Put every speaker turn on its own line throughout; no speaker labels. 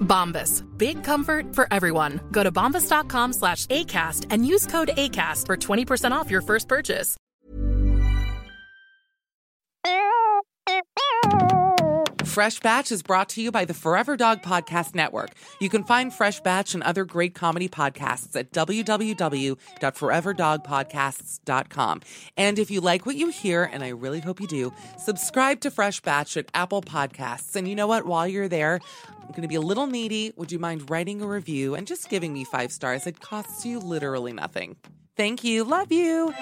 Bombas. Big comfort for everyone. Go to bombas.com slash ACAST and use code ACAST for 20% off your first purchase.
Fresh Batch is brought to you by the Forever Dog Podcast Network. You can find Fresh Batch and other great comedy podcasts at www.foreverdogpodcasts.com. And if you like what you hear, and I really hope you do, subscribe to Fresh Batch at Apple Podcasts. And you know what? While you're there, I'm going to be a little needy. Would you mind writing a review and just giving me five stars? It costs you literally nothing. Thank you. Love you.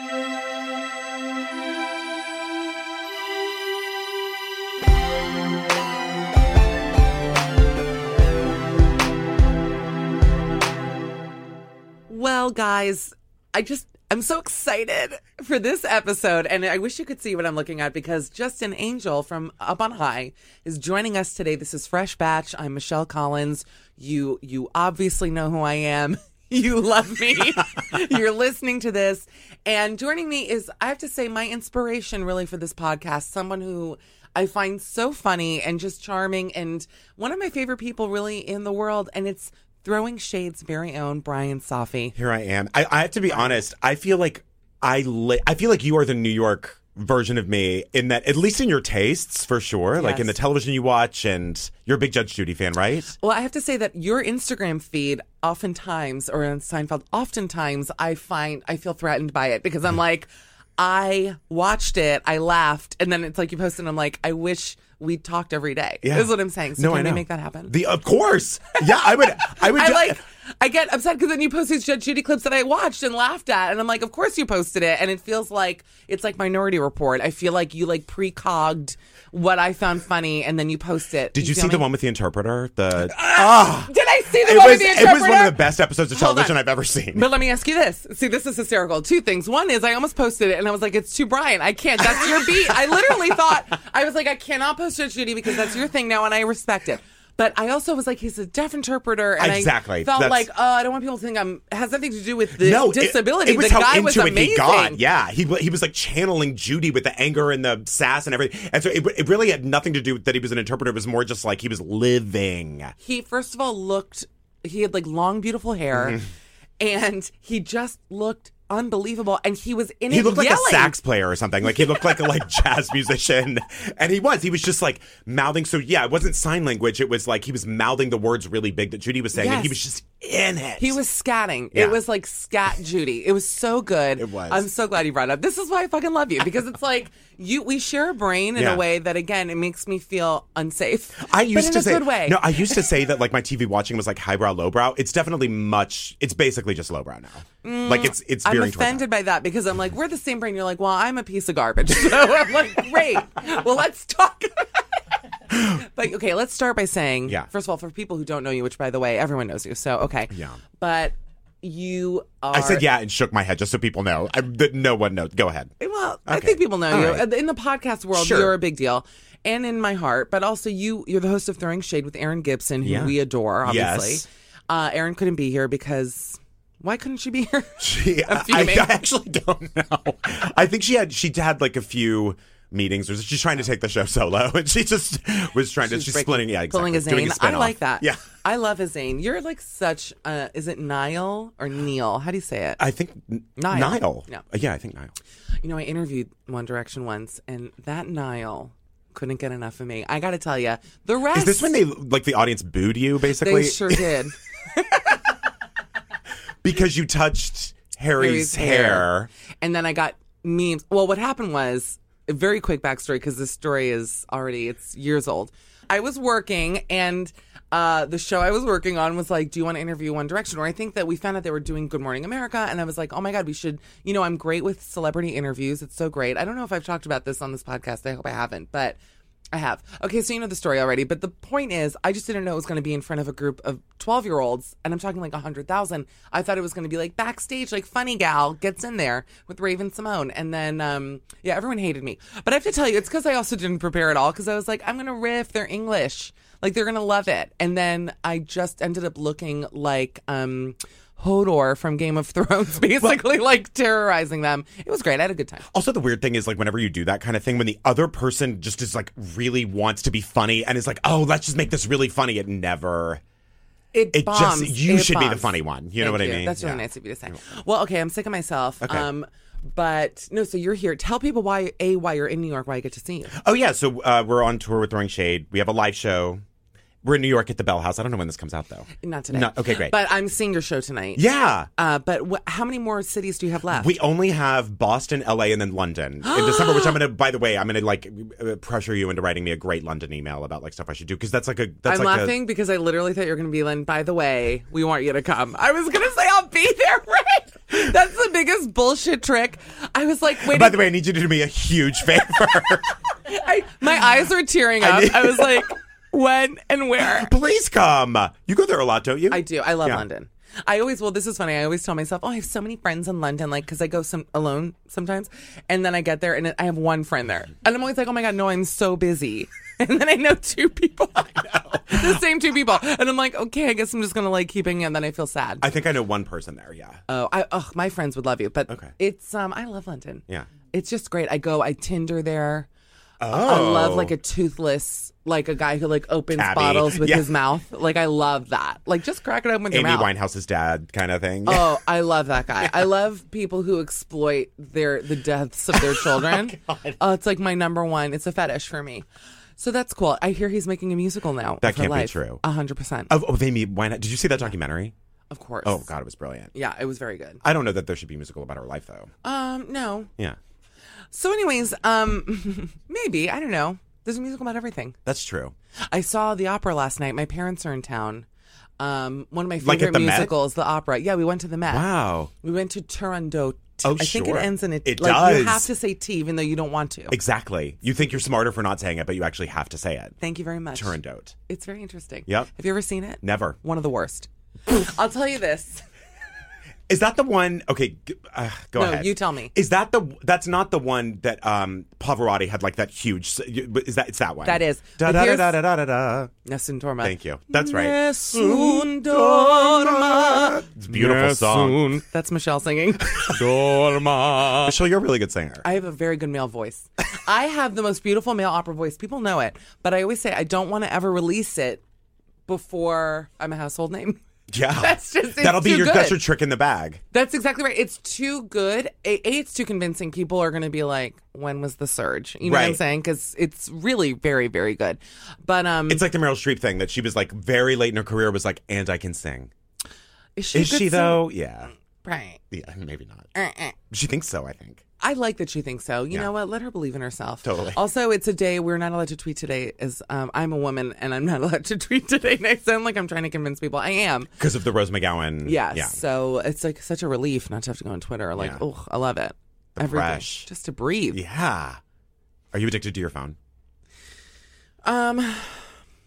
Well, guys, I just I'm so excited for this episode, and I wish you could see what I'm looking at because Justin Angel from Up on High is joining us today. This is Fresh Batch. I'm Michelle Collins. You you obviously know who I am. You love me. You're listening to this. And joining me is, I have to say, my inspiration really for this podcast, someone who I find so funny and just charming and one of my favorite people really in the world. And it's Throwing Shade's very own Brian Safi.
Here I am. I, I have to be honest. I feel like I li- I feel like you are the New York version of me in that, at least in your tastes, for sure. Like in the television you watch, and you're a big Judge Judy fan, right?
Well, I have to say that your Instagram feed, oftentimes, or on Seinfeld, oftentimes, I find I feel threatened by it because I'm like, I watched it, I laughed, and then it's like you post it, and I'm like, I wish we talked every day. Is what I'm saying. So
No,
can
I
we
know.
make that happen?
The of course. Yeah, I would. I would.
I
do-
like. I get upset because then you post these Judge Judy clips that I watched and laughed at, and I'm like, of course you posted it, and it feels like it's like Minority Report. I feel like you like precogged what I found funny, and then you post it.
Did you,
feel
see the
me?
one with the interpreter? The
Did I see the
it
one
was
with the
it was one of
interpreter?
the best episodes of
Hold on.
television I've ever seen.
But let me ask you this. See, this is hysterical. Two things. One is I almost posted it and I was like, it's too Brian. I can't. That's your beat. I literally thought, I was like, I cannot post Judge Judy because that's your thing now and I respect it. But I also was like, he's a deaf interpreter. And I
Exactly.
felt
That's-
like, oh, I don't want people to think I'm, has nothing to do with the
no it-
disability.
It, was
the
how
guy
into
was
it
amazing.
he got. Yeah, he wa- he was like channeling Judy with the anger and the sass and everything. And so it, it really had nothing to do with that he was an interpreter. It was more just like he was living.
He, first of all, looked, he had like long, beautiful hair
Mm-hmm.
and he just looked unbelievable. And he was in
He
it
looked like
yelling.
a sax player or something. Like he looked like a like jazz musician, and he was. He was just like mouthing. So yeah, it wasn't sign language. It was like he was mouthing the words really big that Judy was saying, and he
Yes.
was just in it.
He was scatting.
Yeah.
It was like scat Judy. It was so good. It
was.
I'm so glad you brought it up. This is why I fucking love you because it's like you we share a brain in
Yeah.
a way that again it makes me feel unsafe.
I used
but in
to
a
say
good way.
no. I used to say that like my TV watching was like highbrow, lowbrow. It's definitely much. It's basically just lowbrow now. like it's it's
Mm, I'm
veering toward that.
offended by that because I'm like, we're the same brain. You're like, well, I'm a piece of garbage. So I'm like, great. Well, let's talk. but okay, let's start by saying,
Yeah.
first of all, for people who don't know you, which by the way, everyone knows you. So okay,
Yeah.
But you are.
I said yeah and shook my head just so people know I, that no one knows. Go ahead.
Well, I
Okay.
think people know
All
you
right.
in the podcast world.
Sure.
You're a big deal, and in my heart, but also you. You're the host of Throwing Shade with Aaron Gibson, who
Yeah.
we adore. Obviously,
Yes.
uh, Aaron couldn't be here because why couldn't she be here?
She, I, I
fuming.
actually don't know. I think she had she had like a few meetings. Or she's trying to take the show solo, and she just was trying to. She's
breaking-
splitting. Yeah, exactly.
pulling a
Doing
Zane. I
spin-off.
like that.
Yeah.
I love a Zane. You're like such. Uh, is it Niall or Neil? How do you say it?
I think N-
Niall.
Niall.
Yeah.
Yeah, I think Niall.
You know, I interviewed One Direction once, and that Niall couldn't get enough of me. I got to tell you, the rest.
Is this when they like the audience booed you basically
They sure did.
because you touched
Harry's
Harry's, hair?
And then I got memes. Well, what happened was a very quick backstory because this story is already it's years old. I was working and uh, the show I was working on was like, "Do you want to interview One Direction?" Or I think that we found out they were doing Good Morning America, and I was like, "Oh my god, we should." You know, I'm great with celebrity interviews. It's so great. I don't know if I've talked about this on this podcast. I hope I haven't, but I have. Okay, so you know the story already, but the point is, I just didn't know it was going to be in front of a group of 12 year olds, and I'm talking like 100,000. I thought it was going to be like backstage, like funny gal gets in there with Raven Simone. And then, um, yeah, everyone hated me. But I have to tell you, it's because I also didn't prepare at all, because I was like, I'm going to riff. They're English. Like, they're going to love it. And then I just ended up looking like, um, Hodor from Game of Thrones, basically like terrorizing them. It was great. I had a good time.
Also, the weird thing is, like, whenever you do that kind of thing, when the other person just is like really wants to be funny and is like, "Oh, let's just make this really funny," it never.
It,
It just-
bombs.
you
It
should be the
bombs.
funny one. You know
Thank
what I mean?
That's really
Yeah.
nice of you to say. Well, okay, I'm sick of myself. Um, but no, so you're here. Tell people why a why you're in New York, why I get to see you.
Oh yeah, so uh, we're on tour with Throwing Shade. We have a live show. We're in New York at the Bell House. I don't know when this comes out though.
Not today.
No, okay, great.
But I'm seeing your show tonight.
yeah.
Uh, but wh- how many more cities do you have left?
We only have Boston, LA, and then London in December. Which I'm gonna. By the way, I'm gonna like uh, pressure you into writing me a great London email about like stuff I should do because that's like a. That's
I'm
like
laughing because I literally thought you were going to be like, by the way, we want you to come. I was going to say, I'll be there, right? That's the biggest bullshit trick. I was like,
A,
wait,
by the way, I need you to do me a huge favor.
I, my eyes were tearing up. I was like, when and where?
Please come. You go there a lot, don't you?
I do. I love
Yeah.
London. I always, well, this is funny. I always tell myself, oh, I have so many friends in London, like, because I go some alone sometimes. And then I get there and I have one friend there. And I'm always like, oh my God, no, I'm so busy. And then I know two people. I know. the same two people. And I'm like, okay, I guess I'm just going to like keep hanging. out. And then I feel sad.
I think I know one person there. Yeah.
oh, I, oh, my friends would love you. But
Okay.
it's, um, I love London.
Yeah.
It's just great. I go, I Tinder there.
Oh.
I love like a toothless, like a guy who like opens
Tabby.
bottles with
Yeah.
his mouth. Like, I love that. Like, just crack it open with
Amy
your mouth.
Winehouse's dad kind of thing.
Oh, I love that guy. I love people who exploit their the deaths of their children. oh, it's like my number one. It's a fetish for me. So that's cool. I hear he's making a musical now.
That
of Her
can't be
Life.
true.
A hundred percent.
Of, of Amy Winehouse. Did you see that documentary?
Of course.
Oh God, it was brilliant.
Yeah, it was very good.
I don't know that there should be a musical about our life though.
Um, no.
Yeah.
So, anyways, um, maybe I don't know. There's a musical about everything.
That's true.
I saw the opera last night. My parents are in town. Um, one of my
Like at
favorite
the Met?
musicals, the opera. Yeah, we went to the Met.
Wow.
We went to Turandot.
Oh,
I think
sure.
it ends in a T.
It
like, You
does.
have to say T even though you don't want to.
Exactly. You think you're smarter for not saying it, but you actually have to say it.
Thank you very much.
Turned out.
It's very interesting.
Yep.
Have you ever seen it?
Never.
One of the worst. I'll tell you this.
Is that the one? Okay, g- uh, go
No,
ahead.
you tell me.
Is that the? That's not the one that um Pavarotti had like that huge. Is that? It's that one.
That is.
Da
But
da da
here's-
da da da da.
Nessun Dorma.
Thank you. That's right.
Nessun Dorma.
It's a beautiful song.
That's Michelle singing.
Michelle, you're a really good singer.
I have a very good male voice. I have the most beautiful male opera voice. People know it, but I always say I don't want to ever release it before I'm a household name.
yeah.
That's just- it's
That'll be
too
your that's
good.
your trick in the bag.
That's exactly right. It's too good. A, A, it's too convincing. People are going to be like, "When was the surge?" You know what I'm
Right.
saying? Because it's really very, very good. But um,
It's like the Meryl Streep thing that she was like very late in her career was like, and I can sing.
is she, a
Is
good
she
singer?
though? Yeah.
Right.
Yeah. Maybe not.
Uh, uh.
She thinks so. I think.
I like that she thinks so. You
Yeah.
know what? Let her believe in herself.
Totally.
Also, it's a day we're not allowed to tweet today. As um, I'm a woman and I'm not allowed to tweet today. And I sound like I'm trying to convince people. I am.
Because of the Rose McGowan.
Yes.
Yeah.
So it's like such a relief not to have to go on Twitter. Like,
Yeah.
oh, I love it.
The
Every day.
press.
Just to breathe.
Yeah. Are you addicted to your phone?
Um,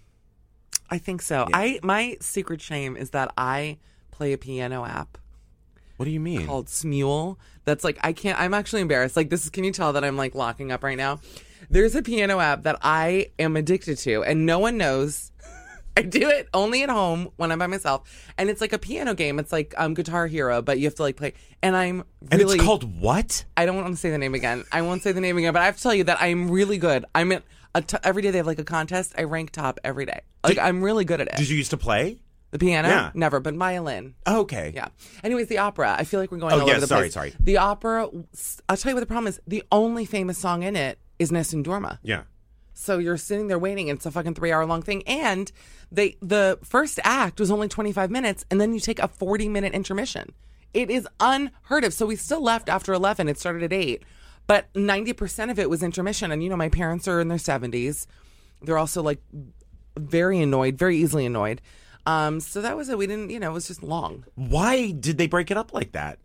I think so. I my secret shame is that I play a piano app
What do you mean?
called Smule. That's like I can't. I'm actually embarrassed. Like this, is- can you tell that I'm like locking up right now? There's a piano app that I am addicted to, and no one knows. I do it only at home when I'm by myself, and it's like a piano game. It's like um, Guitar Hero, but you have to like play. And I'm
and
really
it's called what?
I don't want to say the name again. I won't say the name again, but I have to tell you that I'm really good. I'm at a t- every day they have like a contest. I rank top every day. Like I'm really good at it.
Did you used to play?
the piano?
Yeah.
Never, but violin.
Oh, okay.
Yeah. Anyways, the opera. I feel like we're going
Oh,
all
yeah,
over the
sorry,
place.
sorry.
The opera. I'll tell you what the problem is. The only famous song in it is Nessun Dorma.
Yeah.
So you're sitting there waiting. and It's a fucking three hour long thing, and they the first act was only 25 minutes, and then you take a 40 minute intermission. It is unheard of. So we still left after 11. It started at eight, but 90 percent of it was intermission. And you know, my parents are in their 70s. They're also like very annoyed, very easily annoyed. Um, so that was it. We didn't, you know, it was just long.
Why did they break it up like that?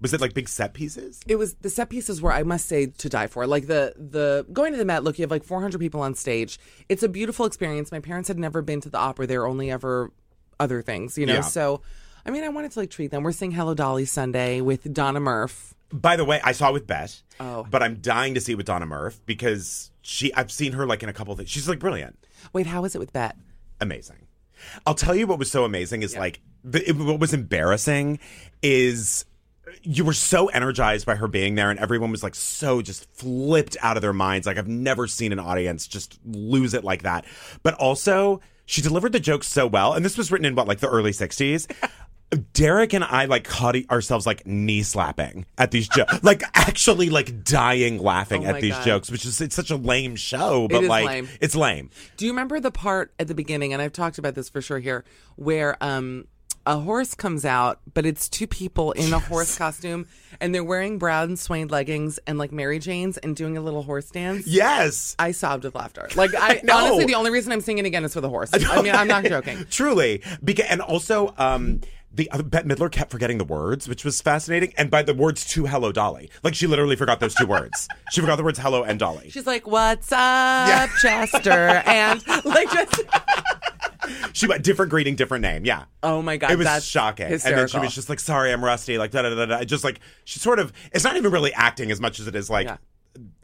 Was it like big set pieces?
It was the set pieces were I must say to die for. Like the the going to the Met, look, you have like 400 people on stage. It's a beautiful experience. My parents had never been to the opera; they were only ever other things, you know.
Yeah.
So, I mean, I wanted to like treat them. We're seeing Hello Dolly Sunday with Donna Murph.
By the way, I saw it with Bet.
Oh.
But I'm dying to see it with Donna Murph because she I've seen her like in a couple of things. She's like brilliant.
Wait, how is it with Bet?
Amazing. I'll tell you what was so amazing is like the, it, what was embarrassing is you were so energized by her being there and everyone was like so just flipped out of their minds like I've never seen an audience just lose it like that. But also she delivered the jokes so well and this was written in what like the early 60s. Derek and I like caught e- ourselves like knee slapping at these jokes, like actually like dying laughing
Oh my
at these
God.
jokes, which is it's such a lame show, but
is
like
lame.
it's lame.
Do you remember the part at the beginning? And I've talked about this for sure here, where um, a horse comes out, but it's two people in a horse costume, and they're wearing brown suede leggings and like Mary Jane's and doing a little horse dance.
Yes.
I sobbed with laughter. Like I,
know.
honestly, the only reason I'm singing again is for the horse. I mean, I'm not joking.
Truly, because and also, um, the uh, Bette Midler kept forgetting the words, which was fascinating. And by the words to "Hello, Dolly," like she literally forgot those two words. She forgot the words "Hello" and "Dolly."
She's like, "What's up, Chester?" and like just,
she went different greeting, different name. Yeah.
oh my god,
it was
that's
shocking.
Hysterical.
And then she was just like, "Sorry, I'm rusty." Like da da da da. Just like she sort of. It's not even really acting as much as it is like.
Yeah.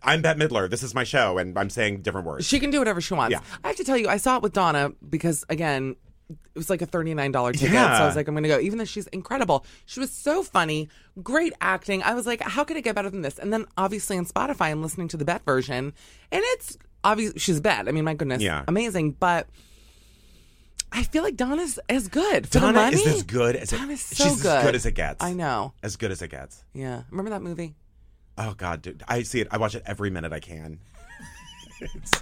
I'm Bette Midler. This is my show, and I'm saying different words.
She can do whatever she wants.
Yeah.
I have to tell you, I saw it with Donna because again, it was like a thirty nine dollar ticket.
Yeah.
So I was like, I'm gonna go. Even though she's incredible, she was so funny, great acting. I was like, how could it get better than this? And then obviously on Spotify, I'm listening to the Bet version, and it's obvious she's Bet. I mean, my goodness,
Yeah.
amazing. But I feel like Donna's as good. For the
Donna is
money.
as good as it-
Donna's so
she's as
good.
good as it gets.
I know.
as good as it gets.
Yeah, remember that movie?
Oh God, dude, I see it. I watch it every minute I can. it's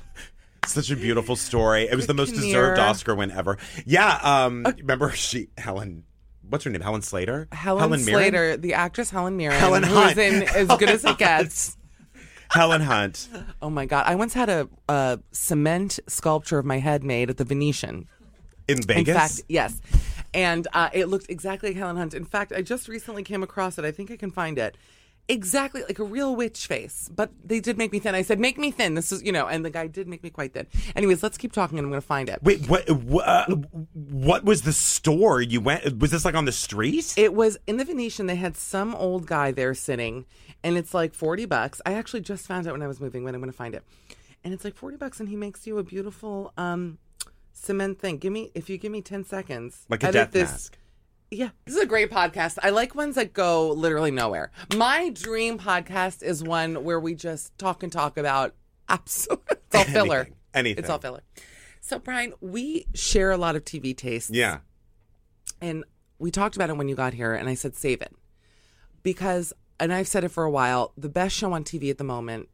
such a beautiful story. It was the most deserved
Kinnear.
Oscar win ever. Yeah. Um.
Uh,
Remember she Helen. What's her name? Helen Slater.
Helen,
Mirren?
Slater, the actress Helen Mirren,
Helen
who's
Hunt.
in As Good as It
Helen
Gets.
Helen Hunt.
Oh my god! I once had a, a cement sculpture of my head made at the Venetian.
in Vegas.
In fact, yes. And uh, it looked exactly like Helen Hunt. In fact, I just recently came across it. I think I can find it. Exactly like a real witch face, but they did make me thin. I said, "Make me thin." This is, you know, and the guy did make me quite thin. Anyways, let's keep talking, and I'm going to find it.
Wait, what? wh- Uh, what was the store you went? Was this like on the street?
It was in the Venetian. They had some old guy there sitting, and it's like 40 bucks. I actually just found out when I was moving, when I'm going to find it. And it's like 40 bucks, and he makes you a beautiful um, cement thing. Give me, if you give me 10 seconds.
Like a
edit
death
this.
mask.
Yeah. This is a great podcast. I like ones that go literally nowhere. My dream podcast is one where we just talk and talk about absolute. It's all filler.
Anything. Anything.
It's all filler. So, Brian, we share a lot of TV tastes.
Yeah.
And we talked about it when you got here, and I said, save it. Because, and I've said it for a while, the best show on TV at the moment,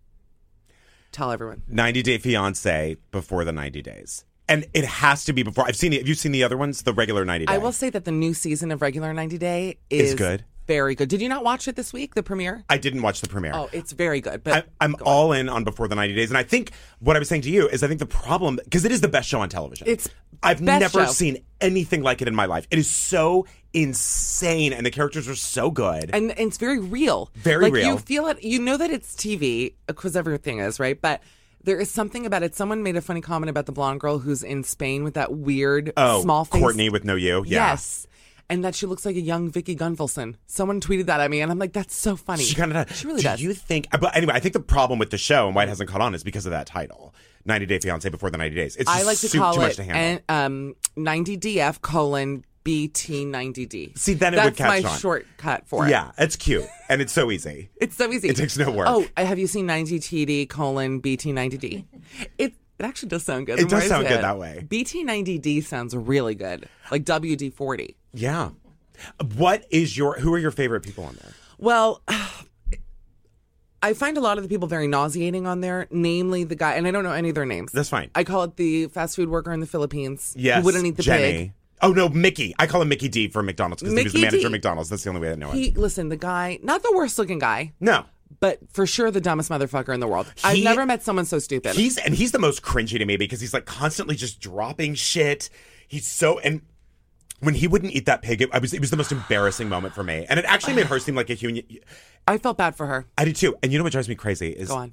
tell everyone.
90 Day Fiance before the 90 days. And it has to be before. I've seen it. Have you seen the other ones? The regular 90 Day.
I will say that the new season of Regular 90 Day
Is
is,
good.
Very good. Did you not watch it this week, the premiere?
I didn't watch the premiere.
Oh, it's very good.
I,
But
I'm all in on Before the 90 Days. And I think what I was saying to you is I think the problem, because it is the best show on television.
It's
I've
best
never
show.
seen anything like it in my life. It is so insane. And the characters are so good.
and, and it's very real.
Very
like,
real.
You feel it. You know that it's TV because everything is right, but there is something about it. Someone made a funny comment about the blonde girl who's in Spain with that weird
oh,
small face.
Courtney with No You. Yeah.
Yes. And that she looks like a young Vicky Gunvalson. Someone tweeted that at me, and I'm like, that's so funny.
She kind of does.
She really
do
does.
you think? uh, But anyway, I think the problem with the show and why it hasn't caught on is because of that title, 90 Day Fiance before the 90 days. It's just
I like to
too,
call
too
it
much to handle.
an- um, 90DF colon BT90D.
See, then it
that's
would catch
my
on.
shortcut for it.
Yeah, it's cute and it's so easy.
It's so easy.
It takes no work.
Oh, I- have you seen 90TD colon BT90D? It it actually does sound good.
It
The more
does
I
sound
say
good
it.
that way.
BT90D sounds really good, like WD40.
Yeah. What is your? Who are your favorite people on there?
Well, I find a lot of the people very nauseating on there, namely the guy, and I don't know any of their names.
That's fine.
I call it the fast food worker in the Philippines.
yes,
Who wouldn't eat the
Jenny.
pig.
Oh no, Mickey. I call him Mickey D for McDonald's because he was the
Mickey
manager
D.
of McDonald's. That's the only way I know him.
He, listen, the guy, not the worst looking guy,
no.
but for sure the dumbest motherfucker in the world.
He-
I've never met someone so stupid.
He's and he's the most cringy to me because he's like constantly just dropping shit. He's so and when he wouldn't eat that pig, it, I was it was the most embarrassing moment for me, and it actually made her seem like a human.
I felt bad for her.
I did too. And you know what drives me crazy is
Go on.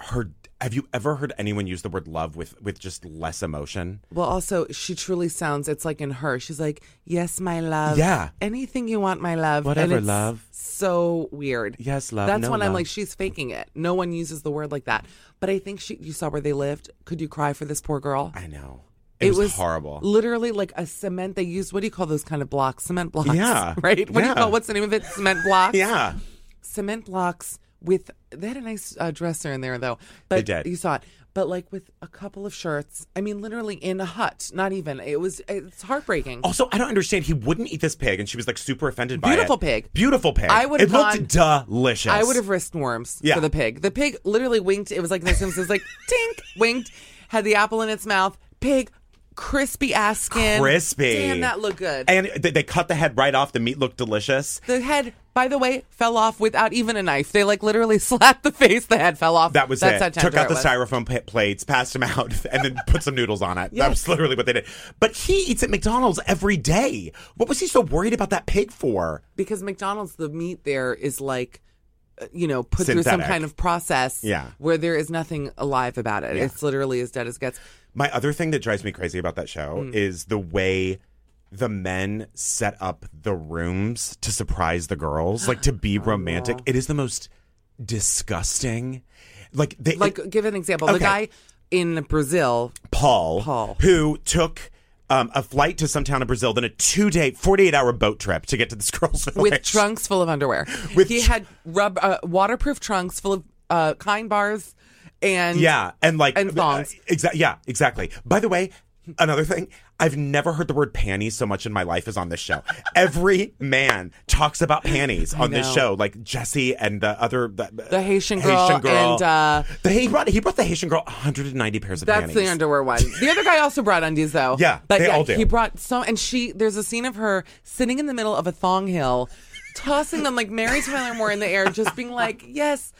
her. Have you ever heard anyone use the word love with with just less emotion?
Well, also, she truly sounds, it's like in her. She's like, Yes, my love.
Yeah.
Anything you want, my love. And
Whatever,
it's
love.
So weird.
Yes, love.
That's
No,
when I'm
love.
like, She's faking it. No one uses the word like that. But I think she, you saw where they lived. Could you cry for this poor girl?
I know. It, was, horrible.
Literally like a cement. They use, what do you call those kind of blocks? Cement blocks.
Yeah.
Right? What do
Yeah.
you call, what's the name of it? Cement blocks?
yeah.
cement blocks with they had a nice uh, dresser in there though but
They did.
you saw it but like with a couple of shirts i mean literally in a hut not even it was it's heartbreaking
Also, I don't understand. He wouldn't eat this pig, and she was like super offended by
Beautiful
it.
pig.
Beautiful pig.
I would
It
have
looked delicious.
i would have risked worms
Yeah.
for the pig the pig literally winked it was like the simpsons like tink winked had the apple in its mouth pig crispy ass skin
crispy.
damn that looked good
And they, they cut the head right off. The meat looked delicious.
the head by the way fell off without even a knife they like literally slapped the face the head fell off
That was
That's
it.
how
Took
tender
out
it
the
was.
styrofoam pa- plates, passed them out, and then put some noodles on it. That was literally what they did. But he eats at McDonald's every day. What was he so worried about that pig for?
because McDonald's the meat there is like uh, you know put through some
Synthetic.
kind of process
Yeah.
where there is nothing alive about it. It's literally as dead as it gets.
My other thing that drives me crazy about that show
Mm.
is the way the men set up the rooms to surprise the girls, like to
Oh.
be romantic. It is the most disgusting. Like they
Like give an example. The
Okay.
guy in Brazil,
Paul,
Paul.
who took um, a flight to some town in Brazil, then a two day, forty eight hour boat trip to get to this girl's village.
with trunks full of underwear.
With
he
tr-
had rub uh, waterproof trunks full of uh, kind bars and
Yeah, and like
And thongs.
exactly. Yeah, exactly. By the way, another thing, I've never heard the word panties so much in my life as on this show. Every man talks about panties on this
know.
show, like Jesse and the other the,
The Haitian girl and, uh,
the, he brought he brought the Haitian girl 190 pairs of
That's
panties.
the underwear one. The other guy also brought undies though.
Yeah,
but
they
yeah,
all do.
He brought some, and she. There's a scene of her sitting in the middle of a thong hill, tossing them like Mary Tyler Moore in the air, just being like, "Yes."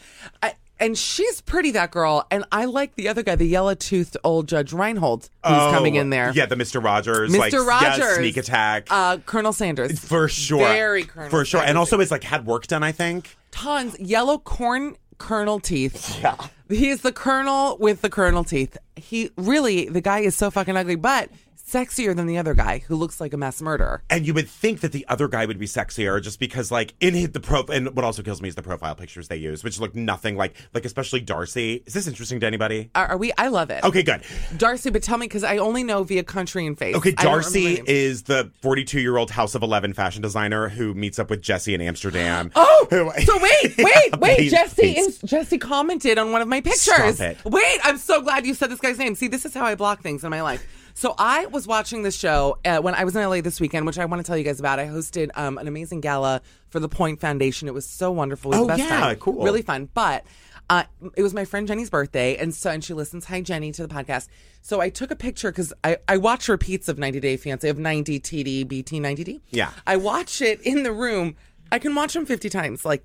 I, And she's pretty, that girl. And I like the other guy, the yellow toothed old Judge Reinhold, who's
Oh,
coming in there.
Yeah, the Mr. Rogers,
Mr.
like yes,
Rogers.
sneak attack
Uh, Colonel Sanders.
for sure,
Very Colonel
for sure, and
Sanders.
also it's like had work done. I think
Tons. Yellow corn kernel teeth. Yeah. He is the colonel with the kernel teeth. He really, the guy is so fucking ugly, but sexier than the other guy who looks like a mass murderer.
And you would think that the other guy would be sexier just because, like, in his, the profile, and what also kills me is the profile pictures they use, which look nothing like, like, especially Darcy. Is this interesting to anybody?
Are, are we? I love it.
Okay, good.
Darcy, but tell me, because I only know via country and face.
Okay,
I don't remember her
Darcy
name.
is the 42 year old House of 11 fashion designer who meets up with Jesse in Amsterdam. Oh!
So wait, wait, wait. Jesse and Jesse commented on one of my pictures.
Stop it.
Wait, I'm so glad you said this guy's name. See, this is how I block things in my life. So I was watching the show uh, when I was in LA this weekend, which I want to tell you guys about. I hosted um, an amazing gala for the Point Foundation. It was so wonderful. It was
Oh,
the best
yeah,
time.
cool.
Really fun. But uh, it was my friend Jenny's birthday, and so and she listens. Hi, Jenny, to the podcast. So I took a picture because I, I watch repeats of 90 Day Fiance of 90 TD BT 90D.
Yeah.
I watch it in the room. I can watch them 50 times. Like,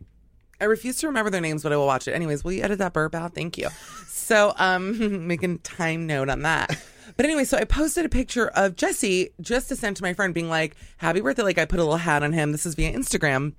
I refuse to remember their names, but I will watch it. Anyways, will you edit that burp out? Thank you. So, um, making time note on that. But anyway, so I posted a picture of Jesse just to send to my friend, being like, happy birthday. Like, I put a little hat on him. This is via Instagram.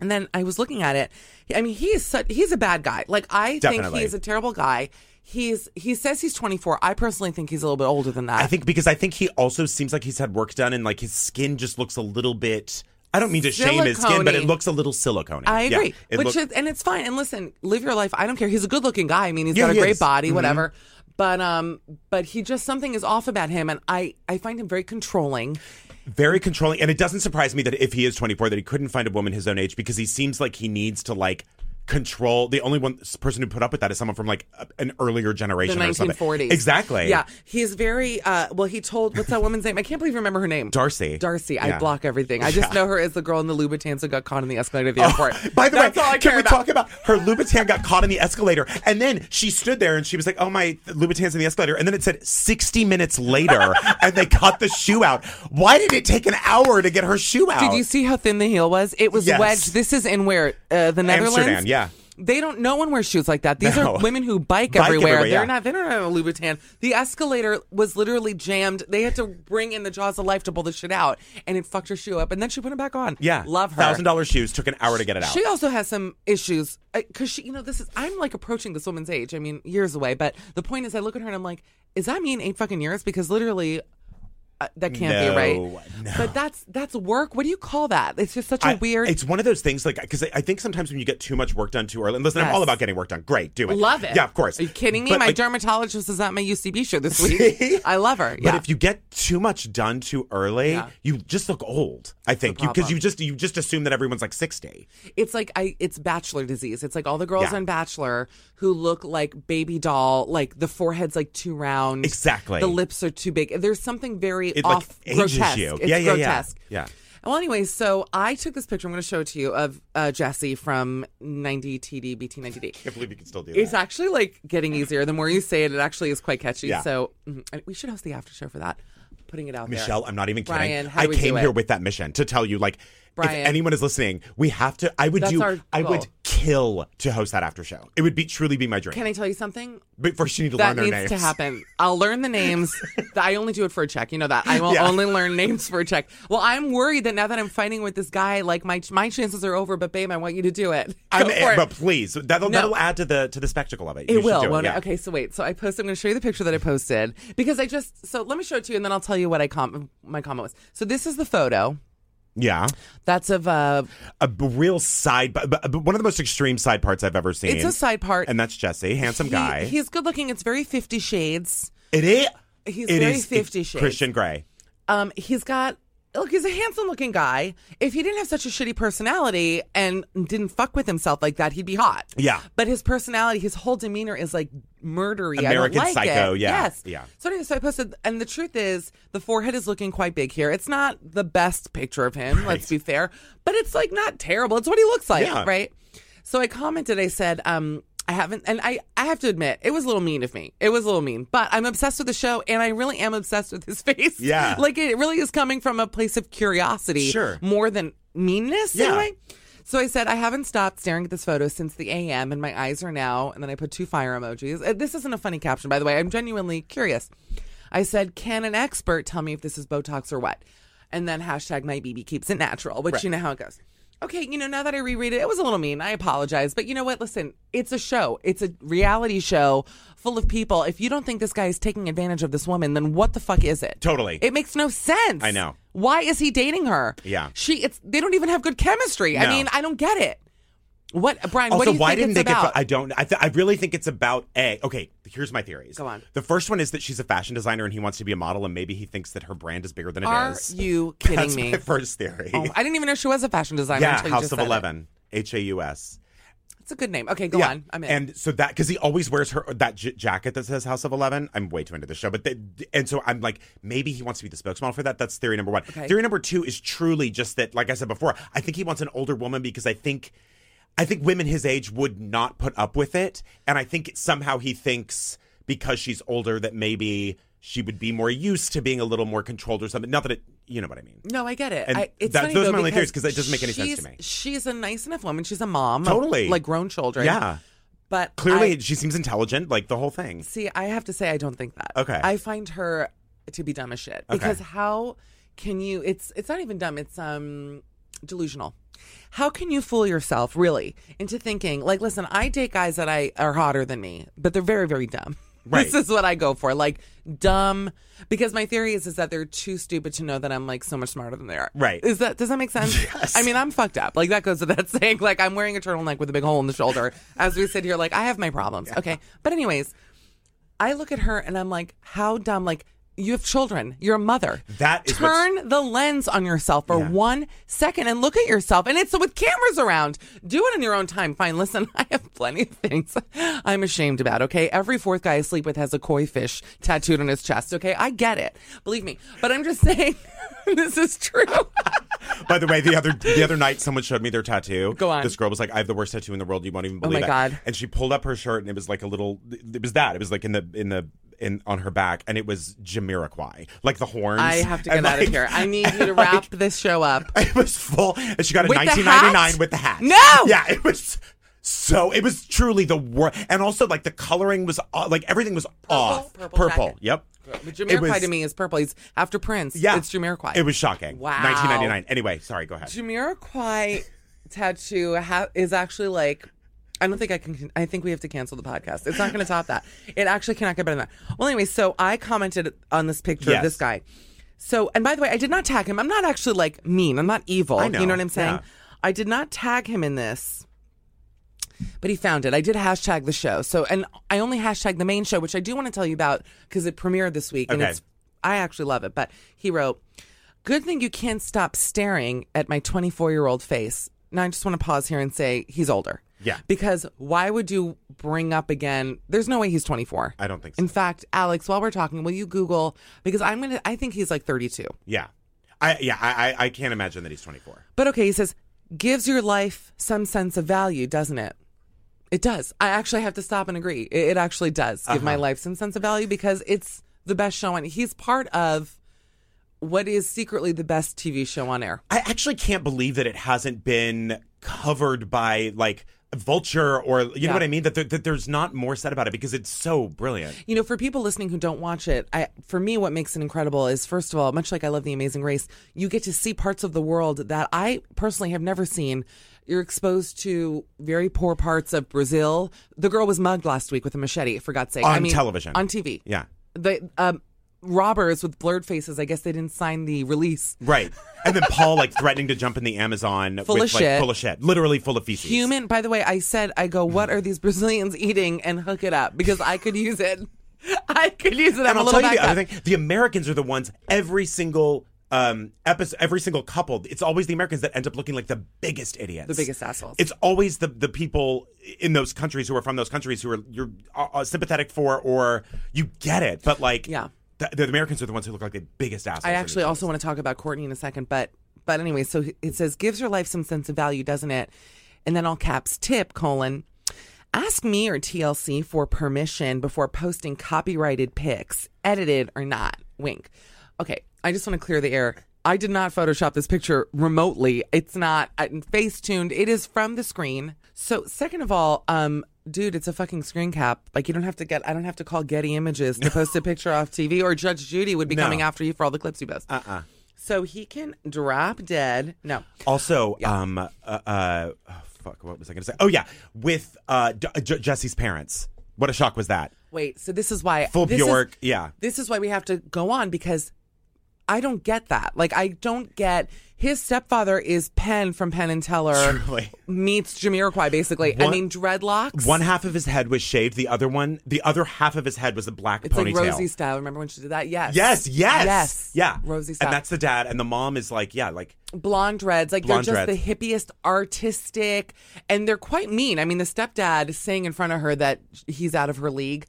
And then I was looking at it. I mean, he is such, he's a bad guy. Like, I think
Definitely.
he is a terrible guy. He's, he says he's 24. I personally think he's a little bit older than that.
I think because I think he also seems like he's had work done and, like, his skin just looks a little bit. I don't mean to shame his skin, but it
Silicone-y.
looks a little silicone.
I agree.
it
Which
look-
is, and it's fine. And listen, live your life. I don't care. He's a good looking guy. I mean, he's
Yeah,
got a
he
great
is. Mm-hmm.
body, whatever. But um, but he just something is off about him, and I I find him very controlling.
very controlling and it doesn't surprise me that if he is 24 that he couldn't find a woman his own age because he seems like he needs to like control the only one s- person who put up with that is someone from like a- an earlier
The
generation or
nineteen
something
forties,
exactly
Yeah, he's very uh. Well, he told what's that woman's name? I can't believe I remember her name.
Darcy.
Darcy. I
Yeah.
block everything. I just know her as the girl in the Louboutins who got caught in the escalator at the airport.
by the
That's
way,
all I
can
care
we
about.
talk about her Louboutin got caught in the escalator, and then she stood there and she was like, "Oh my, Louboutins in the escalator," and then it said 60 minutes later, and they cut the shoe out. Why did it take an hour to get her shoe out?
Did you see how thin the heel was? It was
Yes.
wedged. This is in where uh, the Netherlands.
Amsterdam, yeah.
They don't. No one wears shoes like that. These
No.
are women who bike,
Bike
everywhere.
everywhere,
They're
yeah.
not. They're not in a Louboutin. The escalator was literally jammed. They had to bring in the jaws of life to pull the shit out, and it fucked her shoe up. And then she put it back on.
Yeah,
love her.
Thousand dollar shoes took an hour to get it out.
She also has some issues because she, you know, this is. I'm like approaching this woman's age. I mean, years away. But the point is, I look at her and I'm like, is that mean eight fucking years? Because literally, uh, that can't be
No,
right.
no.
But that's that's work. What do you call that? It's just such a
I-
weird.
It's one of those things, like, because I, I think sometimes when you get too much work done too early, and listen, I'm
Yes.
all about getting work done. Great, do it.
Love it.
Yeah, of course.
Are you kidding me?
But,
my
like,
dermatologist is at my UCB show this
See?
week. I love her. Yeah.
But if you get too much done too early,
Yeah.
you just look old. I think because you, just you just assume that everyone's like sixty.
it's like I, it's bachelor disease. It's like all the girls
Yeah.
on Bachelor who look like baby doll, like the forehead's like too round,
Exactly.
The lips are too big. There's something very
It, like,
off
ages
grotesque.
you.
It's
Yeah, yeah, yeah.
grotesque.
Yeah.
Well, anyway, so I took this picture. I'm going to show it to you of uh, Jesse from 90TD BT90D.
I can't believe you can still do
It's
that.
actually like getting easier. The more you say it, it actually is quite catchy.
Yeah.
So mhm. And we should host the after show for that. Putting it out there.
Michelle, I'm not even kidding.
Brian, how
I
do we do
came here
it?
with that mission to tell you, like,
Brian.
if anyone is listening, we have to. I would
That's
do.
our
I
goal.
would kill to host that after show. It would be truly be my dream.
Can I tell you something?
but first, you need to
That
learn their
needs
names.
to happen. I'll learn the names. I only do it for a check. You know that. I will
Yeah.
only learn names for a check. Well, I'm worried that now that I'm fighting with this guy, like my my chances are over. But babe, I want you to do it. Go
I'm,
for it.
but please, that'll,
No.
that'll add to the to the spectacle of it.
It
You should
will,
do
won't
yeah.
it? Okay, so wait. So I posted. I'm going to show you the picture that I posted because I just. So let me show it to you, and then I'll tell you what I com- my comment was. So this is the photo.
Yeah.
That's of uh,
A b- real side, but, but but one of the most extreme side parts I've ever seen.
it's a side part.
And that's Jesse, handsome
He-
guy.
He's good looking. It's very Fifty Shades.
it is.
He's
it
very
is-
Fifty
it's
Shades.
Christian Grey.
Um, he's got look, he's a handsome looking guy. If he didn't have such a shitty personality and didn't fuck with himself like that, he'd be hot.
Yeah.
But his personality, his whole demeanor is like murdery. I don't
American
like
Psycho,
it.
yeah,
Yes.
yeah.
So anyway, so I posted, and the truth is, the forehead is looking quite big here. It's not the best picture of him. Let's be fair, but it's like not terrible. It's what he looks like,
Yeah.
right? So I commented. I said, um. I haven't, and I, I have to admit, it was a little mean of me. It was a little mean, but I'm obsessed with the show, and I really am obsessed with his face.
Yeah.
like it really is coming from a place of curiosity
Sure.
more than meanness in
Yeah.
a way. So I said, I haven't stopped staring at this photo since the AM, and my eyes are now. And then I put two fire emojis. Uh, This isn't a funny caption, by the way. I'm genuinely curious. I said, Can an expert tell me if this is Botox or what? And then hashtag my BB keeps it natural, which you know how it goes. Okay, you know, now that I reread it, it was a little mean. I apologize. But you know what? Listen, it's a show, it's a reality show full of people. If you don't think this guy is taking advantage of this woman, then what the fuck is it?
Totally.
It makes no sense.
I know.
Why is he dating her?
Yeah.
She it's they don't even have good chemistry. I
No.
mean, I don't get it. What Brian, what
Also,
do you
why
think
didn't
it's
they
about?
get? I don't. I, th- I really think it's about a. Okay, here's my theories.
Go on.
The first one is that she's a fashion designer and he wants to be a model, and maybe he thinks that her brand is bigger than it is.
Are you kidding
That's
me?
My first theory.
Oh, I didn't even know she was a fashion designer
yeah,
until you
House
just
of
said it.
Eleven, H A U S.
It's a good name. Okay, go on. I'm in.
And so that because he always wears her that j- jacket that says House of Eleven. I'm way too into the show, but they, and so I'm like, maybe he wants to be the spokesmodel for that. That's theory number one.
Okay.
Theory number two is truly just that, like I said before, I think he wants an older woman because I think, I think women his age would not put up with it, and I think somehow he thinks because she's older that maybe she would be more used to being a little more controlled or something. Not that it, you know what I mean.
no, I get it.
and
I, it's
that-
funny
those
though,
are my only theories,
because
'cause that doesn't make any sense to
she's-
me.
She's a nice enough woman. She's a mom. of,
Totally.
like grown children.
Yeah.
But
Clearly,
I-
she seems intelligent, like the whole thing.
See, I have to say, I don't think that.
Okay.
I find her to be dumb as shit
Okay.
because how can you? It's it's not even dumb. It's um delusional. How can you fool yourself really into thinking like, listen, I date guys that I are hotter than me, but they're very very dumb.
Right.
This is what I go for, like dumb, because my theory is is that they're too stupid to know that I'm like so much smarter than they are.
Right.
Is that does that make sense?
Yes.
I mean, I'm fucked up. Like that goes to that saying. Like I'm wearing a turtleneck with a big hole in the shoulder. As we sit here, like I have my problems. Okay. But anyways, I look at her and I'm like, how dumb. Like, you have children. You're a mother.
That is what's-
Turn the lens on yourself for one second and look at yourself. And it's with cameras around. Do it in your own time. Fine. Listen, I have plenty of things I'm ashamed about. Okay. Every fourth guy I sleep with has a koi fish tattooed on his chest. Okay. I get it. Believe me. But I'm just saying this is true.
By the way, the other the other night, someone showed me their tattoo.
Go on.
This girl was like, "I have the worst tattoo in the world. You won't even
Oh
believe
my
it."
God.
And she pulled up her shirt, and it was like a little. It was that. It was like in the in the in on her back, and it was Jamiroquai, like the horns.
I have to get
And,
out of
like-
here. I need you
and,
to
like,
wrap this show up.
It was full, and she got a
With the
1999
hat?
with the hat.
No!
Yeah, it was. So it was truly the worst, and also like the coloring was aw- like everything was off.
purple jacket.
Yep.
But
It was-
Jamiroquai to me is purple. He's after Prince.
Yeah,
It's Jamiroquai.
It was shocking.
Wow.
1999. Anyway, sorry. Go ahead.
Jamiroquai tattoo ha- is actually like. I don't think I can. I think we have to cancel the podcast. It's not going to top that. It actually cannot get better than that. Well, anyway, so I commented on this picture
Yes.
of this guy. So, and by the way, I did not tag him. I'm not actually like mean. I'm not evil.
I
You
know.
know what I'm saying?
Yeah.
I did not tag him in this, but he found it. I did hashtag the show. So, and I only hashtag the main show, which I do want to tell you about because it premiered this week. And
Okay.
it's, I actually love it. But he wrote, Good thing you can't stop staring at my 24 year old face. Now, I just want to pause here and say he's older.
Yeah.
Because why would you bring up again? There's no way he's 24.
I don't think so.
In fact, Alex, while we're talking, will you Google? Because I'm going to, I think he's like 32.
Yeah. I yeah, I I, I can't imagine that he's 24.
But okay, he says, gives your life some sense of value, doesn't it? It does. I actually have to stop and agree. It, it actually does give
Uh-huh.
my life some sense of value because it's the best show on. He's part of what is secretly the best TV show on air.
I actually can't believe that it hasn't been covered by like Vulture or you know
Yeah.
what I mean that there, that there's not more said about it because it's so brilliant.
You know, for people listening who don't watch it, I, for me, what makes it incredible is, first of all, much like I love The Amazing Race, you get to see parts of the world that I personally have never seen. You're exposed to very poor parts of Brazil. The girl was mugged last week with a machete, for God's sake. I
On
mean,
television.
On TV.
Yeah.
The um, robbers with blurred faces, I guess they didn't sign the release.
Right. And then Paul like threatening to jump in the Amazon
Full
with,
of
like,
shit.
full of shit. Literally full of feces.
Human, by the way, I said, I go, what are these Brazilians eating? And hook it up because I could use it. I could use it. I'm
And
a
I'll
little
tell you the
backed up.
other thing, the Americans are the ones every single um episode every single couple it's always the Americans that end up looking like the biggest idiots.
The biggest assholes.
It's always the the people in those countries who are from those countries who are you're uh, sympathetic for or you get it, but like
Yeah.
the, the Americans are the ones who look like the biggest assholes.
I
in
actually
these
also want to talk about Courtney in a second, but but anyway, so it says gives your life some sense of value, doesn't it? And then all caps tip colon ask me or TLC for permission before posting copyrighted pics, edited or not. Wink. Okay, I just want to clear the air. I did not Photoshop this picture remotely. It's not face tuned. It is from the screen. So, second of all, um, dude, it's a fucking screen cap. Like, you don't have to get. I don't have to call Getty Images to post a picture off TV, or Judge Judy would be
No. Uh-uh.
coming after you for all the clips you post. Uh uh So he can drop dead. No.
Also, um, uh, uh, oh, fuck, what was I going to say? Oh yeah, with uh, J- J- Jesse's parents. What a shock was that?
Wait. So this is why
Full
this is-
Bjork, yeah.
This is why we have to go on because I don't get that. Like, I don't get. His stepfather is Penn from Penn and Teller
Truly.
meets Jamiroquai, basically. I
One-
mean, dreadlocks.
One half of his head was shaved. The other one, the other half of his head was a black
It's
ponytail.
like Rosie style. Remember when she did that? Yes.
Yes, yes,
Yes.
yeah.
Rosie style.
and that's the dad, and the mom is like, yeah, like
blonde dreads. Like
Blonde
they're just
dreads.
the hippiest, artistic, and they're quite mean. I mean, the stepdad saying in front of her that he's out of her league,